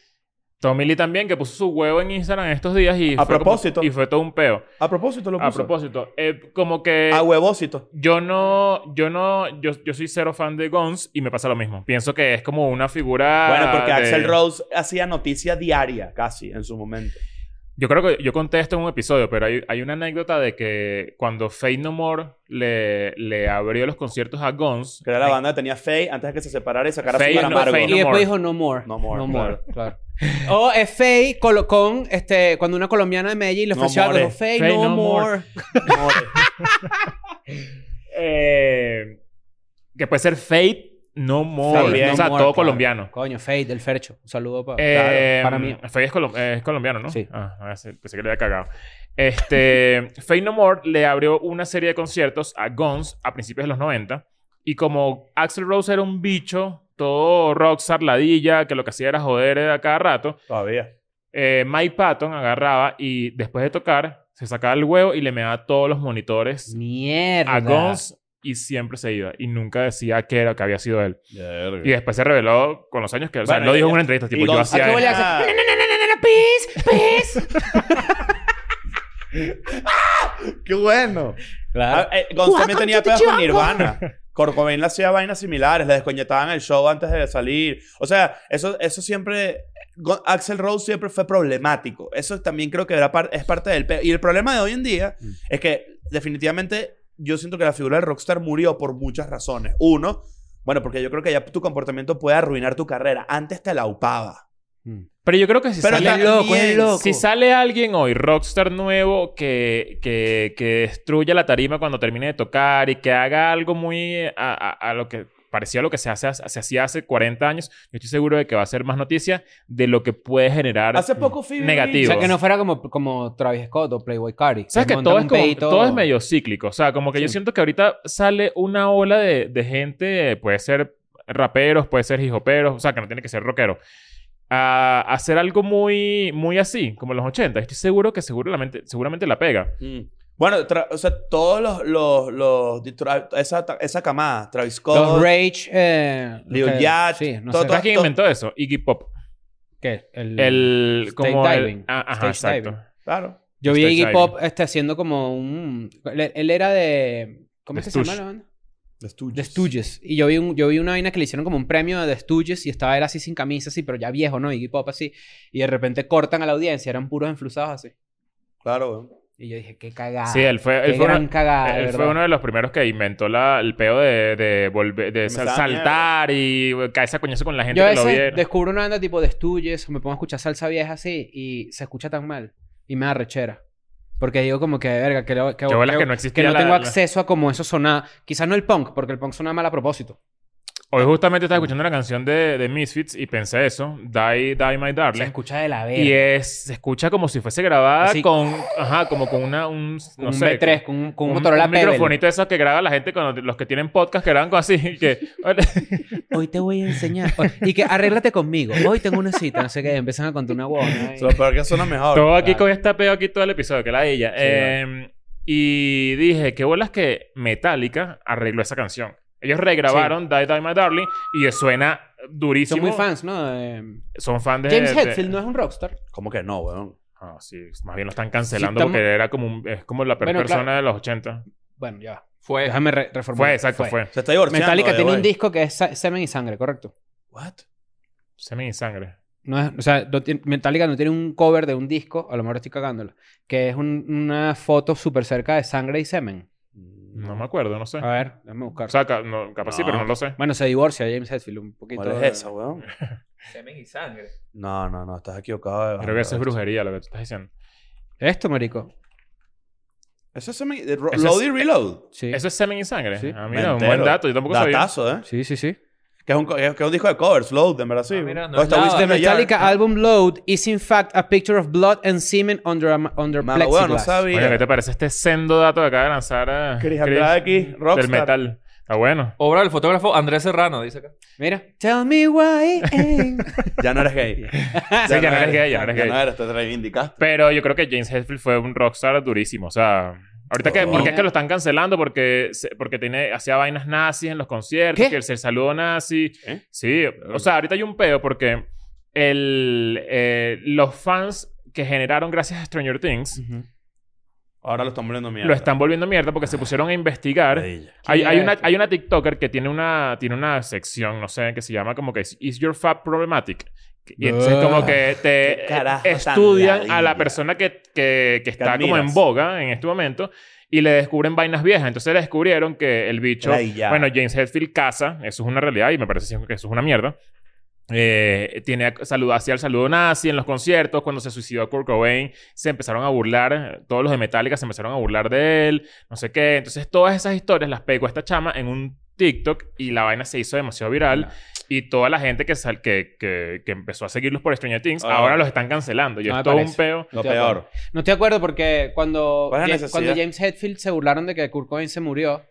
Tommy Lee también, que puso su huevo en Instagram estos días y... A fue como- propósito. y fue todo un peo. A propósito lo puso. A propósito. eh, como que... A huevósito. Yo no, yo no, yo, yo soy cero fan de Guns y me pasa lo mismo. Pienso que es como una figura. bueno, porque de- Axel Rose hacía noticia diaria casi en su momento. Yo creo que yo conté esto en un episodio, pero hay, hay una anécdota de que cuando Faith No More le, le abrió los conciertos a Guns. Que era la banda que tenía Faye antes de que se separara y sacara Faye su cara no- amargo. Faye y no después more. dijo No More. No more, claro. o es Faye colo- con, este, cuando una colombiana de Medellín le No ofreció algo. more. dijo, Faye, Faye, no, no more. more. eh, que puede ser Faith No More. También. o sea, No More, todo claro. colombiano. Coño, Faye del Fercho. Un saludo pa- Eh, Oh, claro, para mí. Faye es, colo- eh, es colombiano, ¿no? Sí. Ah, ah, sí, pensé que le había cagado. Este, Faye No More le abrió una serie de conciertos a Guns a principios de los 90. Y como Axel Rose era un bicho, todo rockstar, ladilla, que lo que hacía era joder a cada rato, Todavía. eh, Mike Patton agarraba y después de tocar, se sacaba el huevo y le meaba todos los monitores Mierda. mm, a Guns y siempre se iba y nunca decía que era que había sido él. Verga. Y después se reveló con los años que, o sea, Bueno, lo dijo en ya- una entrevista, tipo, y yo ¿A Gonz- qué hacía huele? esto. hace- Ah. No, no, no, no, no, no, pis, pis. ¡Qué bueno! Ah, Claro. eh, Gonz también Welcome tenía to the pedos con jungle. Nirvana. Corcovain le hacía vainas similares, le desconectaban el show antes de salir. O sea, eso, eso siempre. Go- Axel Rose siempre fue problemático. Eso también creo que era par- es parte del. pe- Y el problema de hoy en día Mm. es que, definitivamente, yo siento que la figura del rockstar murió por muchas razones. Uno, bueno, porque yo creo que ya tu comportamiento puede arruinar tu carrera. Antes te la upaba. Pero yo creo que si Pero sale también- loco, es loco. Si sale alguien hoy, rockstar nuevo, que, que, que destruya la tarima cuando termine de tocar y que haga algo muy a, a- a lo que parecía lo que se, hace, se hacía hace 40 años, yo estoy seguro de que va a ser más noticia de lo que puede generar. Hace poco Phoebe O Negativo. sea, que no fuera como, como Travis Scott o Playboy Cardi. ¿Sabes que montan todo es, un como- pedito- todo es medio cíclico? O sea, como que yo Sí. siento que ahorita sale una ola de, de gente, puede ser raperos, puede ser hijoperos, o sea, que no tiene que ser rockero, a a hacer algo muy, muy así, como los 80. Estoy seguro que seguramente, seguramente la pega. Mm. Bueno, tra- o sea, todos los, los, los distra- esa, esa camada, Travis Scott, Los Rage. Eh, Lil que- Yachty, Sí, no todo- sé. ¿Sabes quién to- inventó eso? Iggy Pop. ¿Qué? El, El... Stage Como el- diving. ah, ajá, Stage exacto. diving. claro. Yo vi a Stage Iggy diving. Pop este, haciendo como un... Él, él era de... ¿Cómo es The que se llama Stooges. la banda? Los tuyos. The Stooges. Y yo vi, un, yo vi una vaina que le hicieron como un premio de The Stooges y estaba él así sin camisa, así, pero ya viejo, ¿no? Iggy Pop así. Y de repente cortan a la audiencia, eran puros enflusados así. Claro, weón. Y yo dije, qué cagada. Sí, él fue... Ah, Qué Él fue, gran uno, cagada, de él fue verdad. uno de los primeros que inventó la, el peo de, de, volver, de Me sal- estaba saltar y caerse a coñazo con la gente Yo a que lo veces viera. descubro una banda tipo de Stooges, me pongo a escuchar salsa vieja así y se escucha tan mal. Y me da rechera. Porque digo como que, verga, que, lo- que, Qué bolas que no que existía no la- tengo la- acceso a como eso sonaba. Quizás no el punk, porque el punk suena mal a propósito. Hoy justamente estaba escuchando una canción de, de Misfits y pensé eso, Die, Die My Se Darling. escucha de la verga. Y es, se escucha como si fuese grabada Así. con, ajá, como con una, un, con no un sé, B3, con- con, un- con un Motorola Pebble. microfonito esos que graba la gente, cuando, los que tienen podcast que graban con así, que, "Hola". Hoy te voy a enseñar. Hoy- y que arréglate conmigo. Hoy tengo una cita, no sé qué. Empiezan a contar una voz. ¿no? Lo peor que suena mejor. todo aquí claro. con esta peo aquí todo el episodio, que la de ella. Sí, Eh, y dije, qué bolas que Metallica arregló esa canción. Ellos regrabaron Die, Die My Darling y suena Y son durísimo. muy fans, ¿no? De- em, Son fan de... James de- Hetfield no es un rockstar. ¿Cómo que no, weón? Ah, sí. Más bien lo están cancelando Sí, estamos- porque era como un- es como la peor Bueno, persona de los 80. Bueno, ya va. Fue. Déjame re- reformular. Fue, exacto, fue. Se está divorciando. Metallica de tiene un hoy. disco que es sa- Semen y Sangre, correcto. What? Semen y sangre. No es, o sea, no tiene- Metallica no tiene un cover de un disco, a lo mejor estoy cagándolo, que es un- una foto súper cerca de sangre y semen. No me acuerdo, no sé. A ver, déjame O buscar. sea, ca- no, capaz sí, No. pero no lo sé. Ah, Bueno, se divorcia James Hetfield un poquito. ¿Cuál es esa, weón? Semen y sangre. No, no, no, estás equivocado. de Creo que eso es banda, brujería lo que tú estás diciendo. Esto, marico. Eso es semi... de Ro- Eso es- Load y Reload. Sí. ¿Eso es semen y sangre? Sí. Ah, Me mira, un buen entero. dato. Yo tampoco sabía. Datazo, ¿eh? Sí, sí, sí. Que es un, co- que es un disco de covers, Load, en verdad, sí. Ah, mira, no O es está nada. Wisdom The in a Jar. Metallica album Load is in fact a picture of blood and semen under, a- under Mano, plexiglass. weón, no Oye, ¿qué sabía. te parece este sendo dato que acaba de lanzar eh, Chris Andrade aquí, del rockstar. metal? Está bueno. Obra del fotógrafo Andrés Serrano, dice acá. Mira. Tell me why. Ya no eres gay. Sí, ya no eres gay, ya no Ah, Ya eres gay. no eres, te reivindicaste. Pero yo creo que James Hetfield fue un rockstar durísimo. O sea, ahorita que... Oh. Porque es que lo están cancelando porque, se- porque tiene, hacía vainas nazis en los conciertos. ¿Qué? Que se saludó nazi. ¿Eh? Sí. O sea, ahorita hay un peo porque el, eh, los fans que generaron gracias a Stranger Things Ahora lo están poniendo mierda. lo están volviendo mierda porque se pusieron a investigar. Ladilla. Hay, hay era este? una, esto? hay una TikToker que tiene una, tiene una sección, no sé, que se llama como que Is Your Fat Problematic? Y entonces Ugh. como que te Qué carajo tan estudian a la ladilla. persona que, que- que está como en admiras. boga en este momento y le descubren vainas viejas. Entonces le descubrieron que el bicho... Ladilla. Bueno, James Hetfield casa, eso es una realidad y me parece que eso es una mierda. Eh, tiene salud, hacía el saludo nazi en los conciertos. Cuando se suicidó Kurt Cobain, se empezaron a burlar. eh, Todos los de Metallica se empezaron a burlar de él. No sé qué. Entonces, todas esas historias las pegó esta chama en un TikTok y la vaina se hizo demasiado viral. Y toda la gente que, sal- que, que, que empezó a seguirlos por Stranger Things Ah. ahora los están cancelando. Yo, No me es todo un parece. peo. Lo peor. No estoy de acuerdo porque cuando, ¿Cuál es la Ja- necesidad? cuando James Hetfield se burlaron de que Kurt Cobain se murió,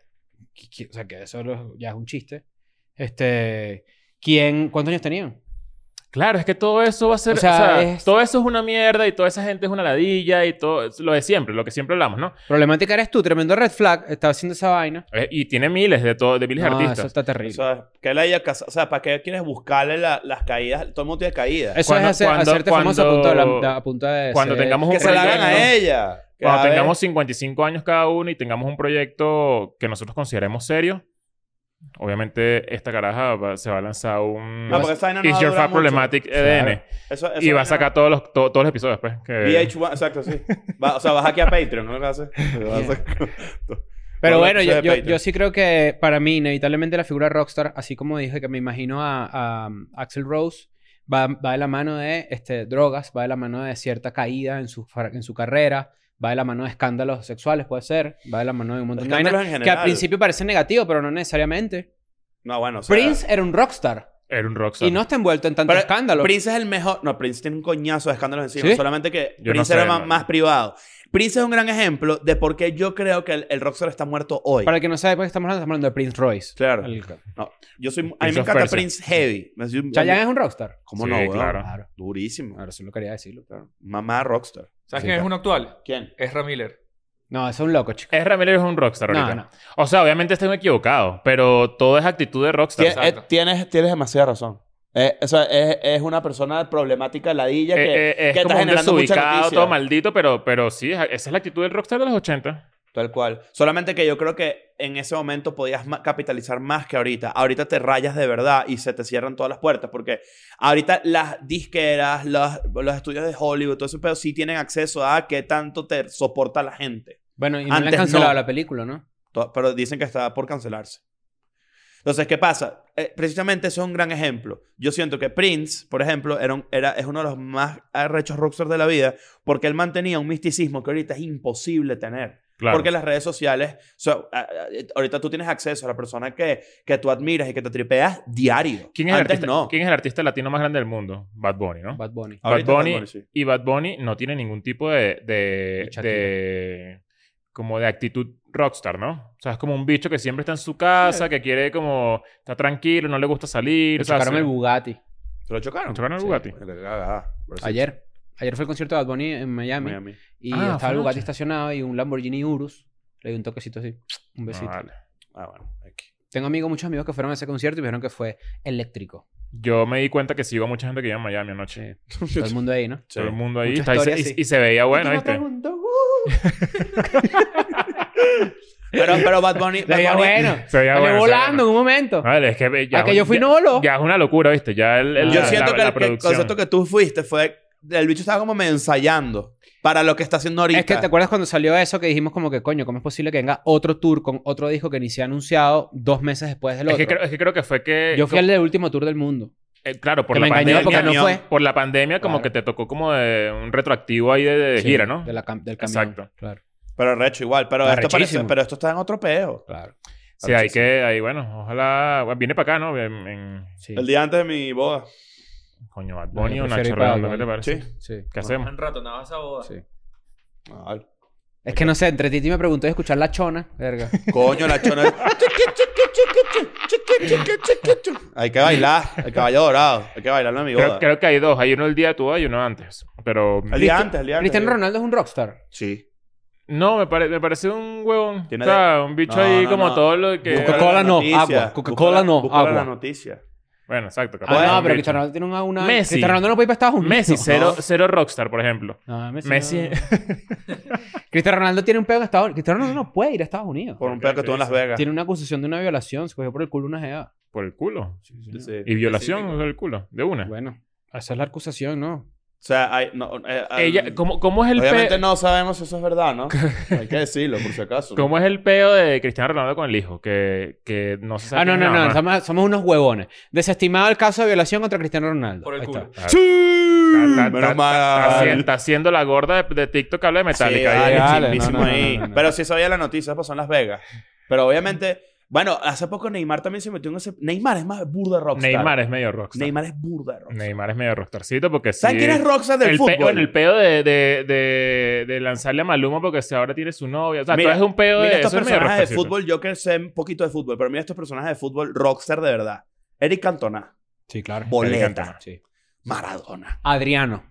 qui- qui- o sea, que eso lo- ya es un chiste. Este, ¿quién, ¿Cuántos años tenían? Claro, es que todo eso va a ser... O O sea, sea, es- todo eso es una mierda y toda esa gente es una ladilla y todo... es Lo de siempre, lo que siempre hablamos, ¿no? Problemática eres tú, tremendo red flag. Estaba haciendo esa vaina. Eh, y tiene miles de, todo, de miles de No, artistas. Ah, eso está terrible. O sea, que la haya casado. O sea, ¿para qué quieres buscarle la- las caídas? Todo el mundo tiene caídas. Eso Cuando- es hacer, cuando- hacerte famoso a cuando- punta de, la- da- a punta de cuando ser- tengamos un que se la hagan proyecto- a ella. Que Cuando a ver- tengamos 55 años cada uno y tengamos un proyecto que nosotros consideremos serio, obviamente esta caraja va- se va a lanzar un... No, porque esa vaina no va It's a Your durar Fat mucho. Problematic EDN. Eso- eso Y va a vaina- sacar todos los, to- todos los episodios, pues. que- VH1, exacto, sí. Va- o sea, vas aquí a Patreon, ¿no? Lo que haces. Vas a- Pero Con bueno, los yo, episodios de yo- Patreon. yo sí creo que para mí, inevitablemente, la figura rockstar, así como dije que me imagino a, a Axel Rose, va, va de la mano de este, drogas, va de la mano de cierta caída en su, far- en su carrera, va de la mano de escándalos sexuales, puede ser, va de la mano de un montón de Escándalos vainas en que al general. principio parece negativo, pero no necesariamente. No, bueno, o sea, Prince era un rockstar Era un rockstar. y no está envuelto en tanto Pero escándalo. Prince es el mejor. No, Prince tiene un coñazo de escándalos encima. ¿Sí? Solamente que Yo Prince no sé, era más, man. más privado. Prince es un gran ejemplo de por qué yo creo que el, el rockstar está muerto hoy. Para el que no sabe por qué estamos hablando, estamos hablando de Prince Royce. Claro. El- No, yo soy, a mí Prince me of encanta Persia. Prince Heavy. Me soy un- Chayanne es un rockstar. ¿Cómo Sí, no, weón? claro. Claro. Durísimo. Ahora solo quería decirlo. claro. Mamá rockstar. ¿Sabes Sí, quién es claro. uno actual? ¿Quién? Ezra Miller. No, eso es un loco, chico. Ezra Miller es un rockstar No, ahorita. no. O sea, obviamente estoy equivocado, pero todo es actitud de rockstar. Tien- ¿sabes? eh, tienes, tienes demasiada razón. Eh, o sea, es, es una persona problemática ladilla que, Eh, eh, es que está como un generando mucha desubicado, noticia. todo maldito, pero, pero sí, esa es la actitud del rockstar de los 80. Tal cual. Solamente que yo creo que en ese momento podías ma- capitalizar más que ahorita. Ahorita te rayas de verdad y se te cierran todas las puertas porque ahorita las disqueras, los, los estudios de Hollywood, todo ese pedo sí tienen acceso a qué tanto te soporta la gente. Bueno, y no le han Antes cancelado no. la película, ¿no? To- Pero dicen que está por cancelarse. Entonces, ¿qué pasa? Eh, precisamente eso es un gran ejemplo. Yo siento que Prince, por ejemplo, era, un- era- es uno de los más arrechos rockstars de la vida porque él mantenía un misticismo que ahorita es imposible tener. Claro. Porque las redes sociales, so- a- a- ahorita tú tienes acceso a la persona que, que tú admiras y que te tripeas diario. ¿Quién, es el Antes artista, no. ¿Quién es el artista latino más grande del mundo? Bad Bunny, ¿no? Bad Bunny. Bad Ahorita Bunny, Bad Bunny, sí. y Bad Bunny no tiene ningún tipo de, Y de, Shakira. de- como de actitud rockstar, ¿no? O sea, es como un bicho que siempre está en su casa, que quiere como está tranquilo, no le gusta salir. Le o sea, Ah, chocaron se- el Bugatti ¿Se lo chocaron? chocaron el Bugatti. Qué cagada, pobrecito. ayer. Ayer fue el concierto de Bad Bunny en Miami, ah, Miami. y Ah, fue estaba el Bugatti anoche. estacionado y un Lamborghini Urus. Le di un toquecito así. Un No, besito. vale. Ah, bueno. aquí. Tengo amigos, muchos amigos que fueron a ese concierto y vieron que fue eléctrico. Yo me di cuenta que sigo a mucha gente que vive en Miami anoche. Todo el mundo ahí, ¿no? Sí. Todo el mundo ahí. Mucha está, y, se, historia, sí. y- y se veía bueno, Y yo ¿viste? pregunto, uh, Pero, pero Bad Bunny... le Bad digo, Bunny- bueno. Salió Se veía bueno. se veía volando bueno. en un momento. Vale, es que ve- ya, a que yo fui ya- no voló. Ya es una locura, ¿viste? Ya el, el- Yo la, siento la- que la el- que el producción. concepto que tú fuiste fue... El bicho estaba como medio ensayando para lo que está haciendo ahorita. Es que te acuerdas cuando salió eso que dijimos como que, coño, ¿cómo es posible que venga otro tour con otro disco que ni se ha anunciado dos meses después del Es otro? que, creo, es que creo que fue que... Yo fui al del último tour del mundo. eh, claro, por que me la engañó pandemia. porque no Cañón. fue. Por la pandemia como Claro. que te tocó como de un retroactivo ahí de, de Sí, gira, ¿no? de la cam- del camión. Exacto. Claro, Pero recho igual. Pero Está esto, parece- rechísimo. pero esto está en otro peo. claro. Sí, hay que... Ahí, bueno, ojalá... bueno, viene para acá, ¿no? En, en- Sí. El día antes de mi boda. Coño, Bad Bunny yo prefiero o Nacho ir para Redondo, pues Bad ¿qué te Bunny. parece? Sí. Sí. ¿Qué hacemos? Han ratonado esa boda. Sí. Ah, vale. Es que no sé, entre Titi me preguntó de escuchar la chona. Verga. Coño, la chona. hay que bailar, el caballo dorado. Hay que bailarlo en mi boda. Creo, creo que hay dos. Hay uno el día de tu boda y uno antes. Pero... El día antes, el día antes. Cristiano Ronaldo es un rockstar. Sí. No, me, pare- me parece un huevón. Tiene o sea, un bicho No, ahí no, como no. todo lo que... Busca- Coca-Cola no, Búscala la noticia, agua. Coca-Cola búscala- no, búscala agua. la noticia. Bueno, exacto. capaz Ah, es no, pero un bicho. Cristiano Ronaldo tiene una... una... Messi. Cristiano Ronaldo no puede ir para Estados Unidos. Messi, cero, No. cero rockstar, por ejemplo. No, Messi. Messi- no. Cristiano Ronaldo tiene un pedo en Estados Unidos. Cristiano Ronaldo no puede ir a Estados Unidos. Por un Ok, pedo que tuvo en Las Vegas. Tiene una acusación de una violación. Se cogió por el culo una GA. Por el culo. Sí. Y violación Específico. del culo, de una. Bueno, esa es la acusación, ¿no? O sea, hay, no, eh, hay- Ella, ¿cómo, cómo es el obviamente peo, no sabemos si eso es verdad, ¿no? hay que decirlo, por si acaso. ¿Cómo es el peo de Cristiano Ronaldo con el hijo? Que, que no se sabe Ah, no, quién no, es la no. mamá. Somos, somos unos huevones. Desestimado el caso de violación contra Cristiano Ronaldo. Por el Ahí culo. está. Está- está- está- Menos está- mal. está haci- Está haciendo la gorda de, de TikTok que habla de Sí, ah, Metallica. vale, Ahí, dale, chimbísimo no, no, no, ahí. no, no, no. Pero sí sabía la noticia, pues, pasó en Las Vegas. Pero obviamente, bueno, hace poco Neymar también se metió en ese. Neymar es más burda rockstar. Neymar es medio rockstar. Neymar, Neymar es burda rockstar. es medio rockstarcito porque sí. ¿Saben quién es rockstar del el fútbol? Peo, el peo de, de, de, de lanzarle a Maluma porque si ahora tiene su novia. O sea, Mira, todo es un peo Mira de estos eso. es medio pues. personajes de rockstarcito. fútbol, yo que sé un poquito de fútbol, pero mira estos personajes de fútbol rockstar de verdad. Eric Cantona, Sí, claro. boleta. Cantona. Sí. Maradona. Adriano.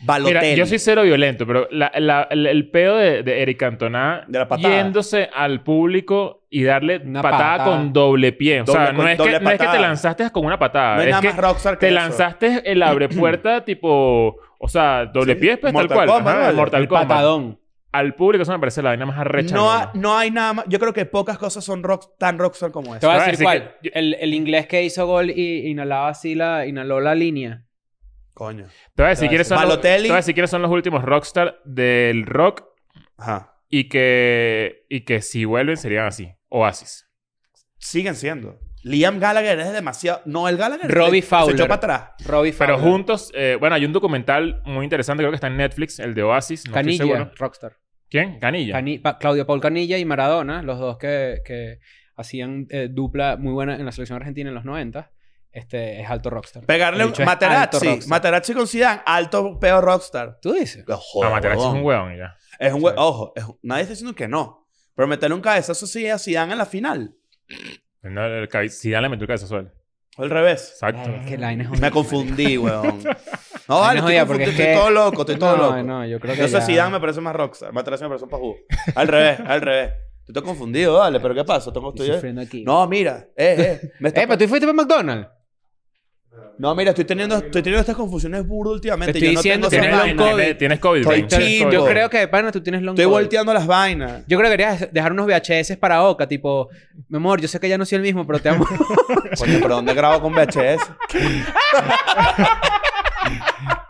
Balotelli. Mira, yo soy cero violento, pero la- la- el, el pedo de, de Eric Cantona De la patada. yéndose al público y darle Una patada, patada. con doble pie. O sea, Doble- no, es doble que, no es que te patada. lanzaste con una patada. no hay es nada que más rockstar que te eso. lanzaste el abre puerta tipo... O sea, doble Sí. pie, pues, tal Mortal cual. Kombat, Ajá, vale. Mortal El Kombat. patadón. Al público eso me parece la vaina más arrecha. No, del ha- mundo. no hay nada más. Yo creo que pocas cosas son rock, tan rockstar como Te esa. voy a Ah, decir así cuál. que- El, el inglés que hizo gol y inhalaba así la... Inhaló la línea. Coño. Te voy a decir quiénes son los- Balotelli. te voy a decir quiénes son los últimos rockstar del rock Ajá. y que, y que si vuelven serían así. Oasis. Siguen siendo. Liam Gallagher es demasiado. No, el Gallagher Robbie se, Fowler. se echó para atrás. Robbie Pero Fowler. juntos, eh, bueno, hay un documental muy interesante, creo que está en Netflix, el de Oasis. No estoy Canilla. seguro. Rockstar. ¿Quién? Canilla. Cani- Pa- Claudio Paul Canilla y Maradona, los dos que, que hacían eh, dupla muy buena en la selección argentina en los 90. Este es alto rockstar. Pegarle El bicho es alto Materazzi. rockstar. Materazzi con Zidane. Alto peor rockstar. ¿Tú dices? No, Joder, Materazzi es huevón. un huevón y ya. Es un hue- Ojo, es un- nadie está diciendo que no. Pero meterle un cabezazo así a Zidane en la final. No, el cabe- Zidane le metió el cabezazo a él. O al revés. Exacto. Ay, es que la vaina es Me jodida, confundí, weón. No, No vale, estoy, jodía, confundido, porque es estoy que- todo loco, estoy todo no, loco. No, yo creo que ya- Entonces Zidane me parece más rockstar. Materazzi me parece un pajú. Al revés, al revés. Tú estás confundido, vale, pero ¿qué pasa? Tengo estoy estoy- sufriendo aquí. No, mira. Eh, eh. Eh, Me está- pero tú fuiste para McDonald's. No, mira, estoy teniendo, estoy teniendo estas confusiones burdo últimamente. Te estoy yo no diciendo, tengo tienes esas long vainas. COVID. Tienes- Tienes COVID. Estoy Ben. Tienes chimbo. COVID. Yo Todo. creo que de pana tú tienes long Estoy COVID. volteando las vainas. Yo creo que deberías dejar unos VHS para Oca, tipo, mi amor, yo sé que ya no soy el mismo, pero te amo. Coño, pero ¿dónde grabo con VHS?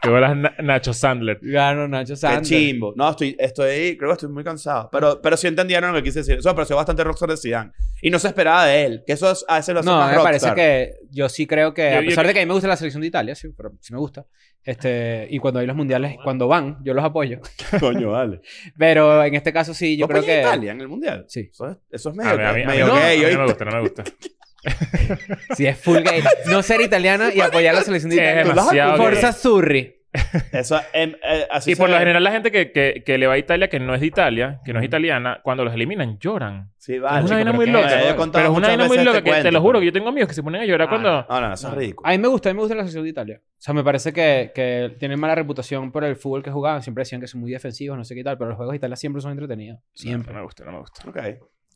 Que vuelas Na- Nacho Sandler. Gano Nacho Qué Sánchez. chimbo. No, estoy, estoy, creo que estoy muy cansado. Pero, pero sí entendieron lo que quise decir. Eso me pareció bastante rockstar de Zidane. Y no se esperaba de él. Que eso es- a ese lo hace No, más me parece rockstar. que yo sí creo que, Yo- a yo pesar cre- de que a mí me gusta la selección de Italia, sí, pero sí me gusta. Este, y cuando hay los mundiales, cuando van, yo los apoyo. Coño, vale. Pero en este caso sí, yo creo que. Italia en el Mundial? Sí. Eso es, eso es A medio, mí- a mí- a mí medio no a gay, mí no me ¿oíste? gusta, no me gusta. Sí, es full gay. No ser italiano y apoyar la selección de Sí, es Italia. demasiado Por gay. Forza Surri. Eso, em, eh, así Y por se- lo general la gente que, que, que le va a Italia, que no es de Italia, que no es italiana, cuando los eliminan lloran. Ah, Sí, vale. es una chico, vaina pero muy que- loca. eh, yo he contado pero es una muchas vaina veces muy este loca que te cuento, lo juro pero- que yo tengo amigos que se ponen a llorar Ah, cuando... No, no, eso es ridículo. A mí me gusta, a mí me gusta la selección de Italia. O sea, me parece que, que tienen mala reputación por el fútbol que jugaban. Siempre decían que son muy defensivos, no sé qué tal, pero los juegos de Italia siempre son entretenidos. Siempre. No me gusta, no me gusta. Ok.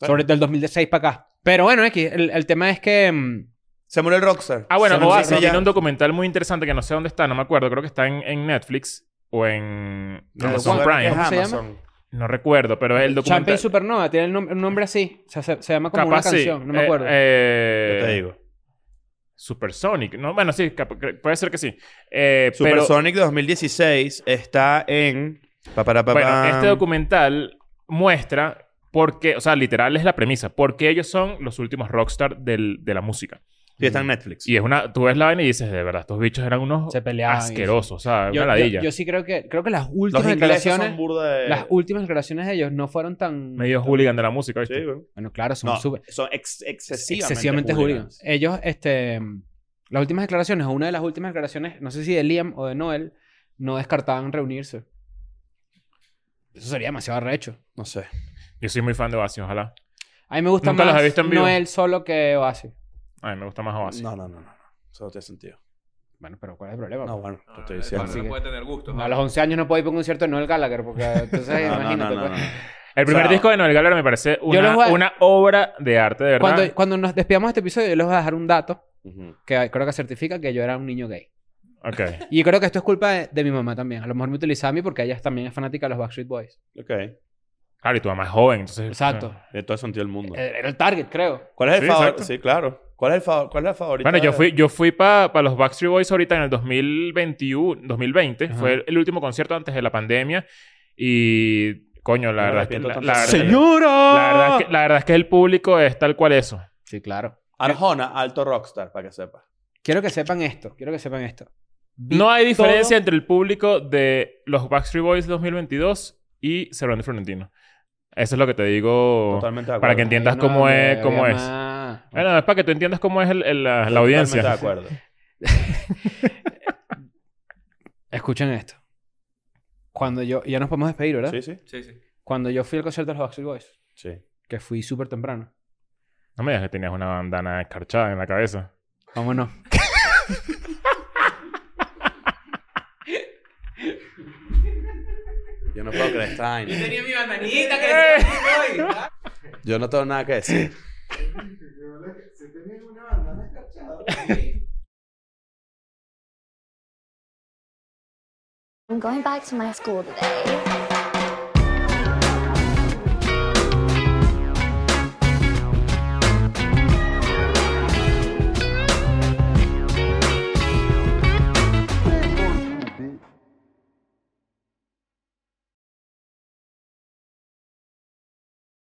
Sobre del 2006 para acá. Pero bueno, X, el, el tema es que. mm, Se murió el rockstar. Ah, bueno, Se murió Oasis ese ya. tiene un documental muy interesante que no sé dónde está, no me acuerdo. Creo que está en, en Netflix o en No, Amazon no, Prime. es se llama? Amazon. No recuerdo, pero es el documental. Champagne Supernova tiene el nom- un nombre así. O sea, se, se llama como Capaz una sí. canción, no me Eh, acuerdo. eh, Yo te digo. Supersonic. No, bueno, sí, cap- cre- puede ser que sí. Eh, pero, Supersonic de 2016 está en. Pa, para, pa, bueno, pam. este documental muestra por qué, o sea, literal es la premisa, por qué ellos son los últimos rockstar del- de la música. Sí, está en Netflix. Y es una, tú ves la vaina y dices, de verdad, estos bichos eran unos se peleaban. y- asquerosos, o sea, Yo, una yo- ladilla. yo sí creo que, creo que las Los últimas ingleses declaraciones. son burda de. Las últimas declaraciones de ellos no fueron tan. Medio hooligan de la música, ¿viste? Sí, güey. Bueno, claro, son No, súper. son ex- excesivamente, Eh, excesivamente hooligans. hooligans. Ellos, este. Las últimas declaraciones, o una de las últimas declaraciones, no sé si de Liam o de Noel, no descartaban reunirse. Eso sería demasiado arrecho. No sé. Yo soy muy fan de Oasis, ojalá. A mí me gusta Nunca más los he visto en vivo. Noel solo que Oasis. A mí me gusta más Oasis. No, no, no, no. no. Eso no tiene sentido. Bueno, pero ¿cuál es el problema? No, No, bueno, te estoy Ah, el diciendo. pana Sí. no puede tener gusto. a los 11 años no puedo ir para un concierto de Noel Gallagher, porque entonces No, no, imagínate. no, no, pues. no. El primer O sea, disco de Noel Gallagher me parece los una, voy a- una obra de arte, de verdad. Cuando, cuando nos despidamos de este episodio, yo les voy a dejar un dato Ujú. que creo que certifica que yo era un niño gay. Ok. Y creo que esto es culpa de, de mi mamá también. A lo mejor me utilizaba a mí porque ella también es fanática de los Backstreet Boys. Ok. Claro, y tu mamá es joven, entonces... Exacto. De todo el sentido del Eh, mundo. Era el target, creo. ¿Cuál es el sí, favorito? exacto. Sí, claro. ¿Cuál es el, favor cuál es el favorito? Bueno, yo de- fui, yo fui para los Backstreet Boys ahorita en el 2021, 2020. Ajá. Fue el, el último concierto antes de la pandemia. Y, coño, la No me verdad es que... arrepiento La, tanto. la verdad- ¡Señora! la verdad es que, la verdad es que el público es tal cual eso. Sí, claro. Arjona, alto rockstar, para que sepa. Quiero que sepan esto. Quiero que sepan esto. Vi No hay todo- diferencia entre el público de los Backstreet Boys 2022 y Servando Florentino. Eso es lo que te digo. Totalmente de acuerdo. Oh, Para que entiendas Ay, cómo hombre, es- cómo había es. más. Bueno, es para que tú entiendas cómo es el- el- la, la audiencia. Totalmente de acuerdo. Escuchen esto. Cuando yo... Ya nos podemos despedir, ¿verdad? Sí, sí. Sí, sí. Cuando yo fui al concierto de los Backstreet Boys, Sí. que fui súper temprano. No me digas que tenías una bandana escarchada en la cabeza. Vámonos. Yo no puedo creer esta vaina. tenía mi bananita que Yo no tengo nada que decir. Se tenía una bandana cachada. I'm going back to my school today.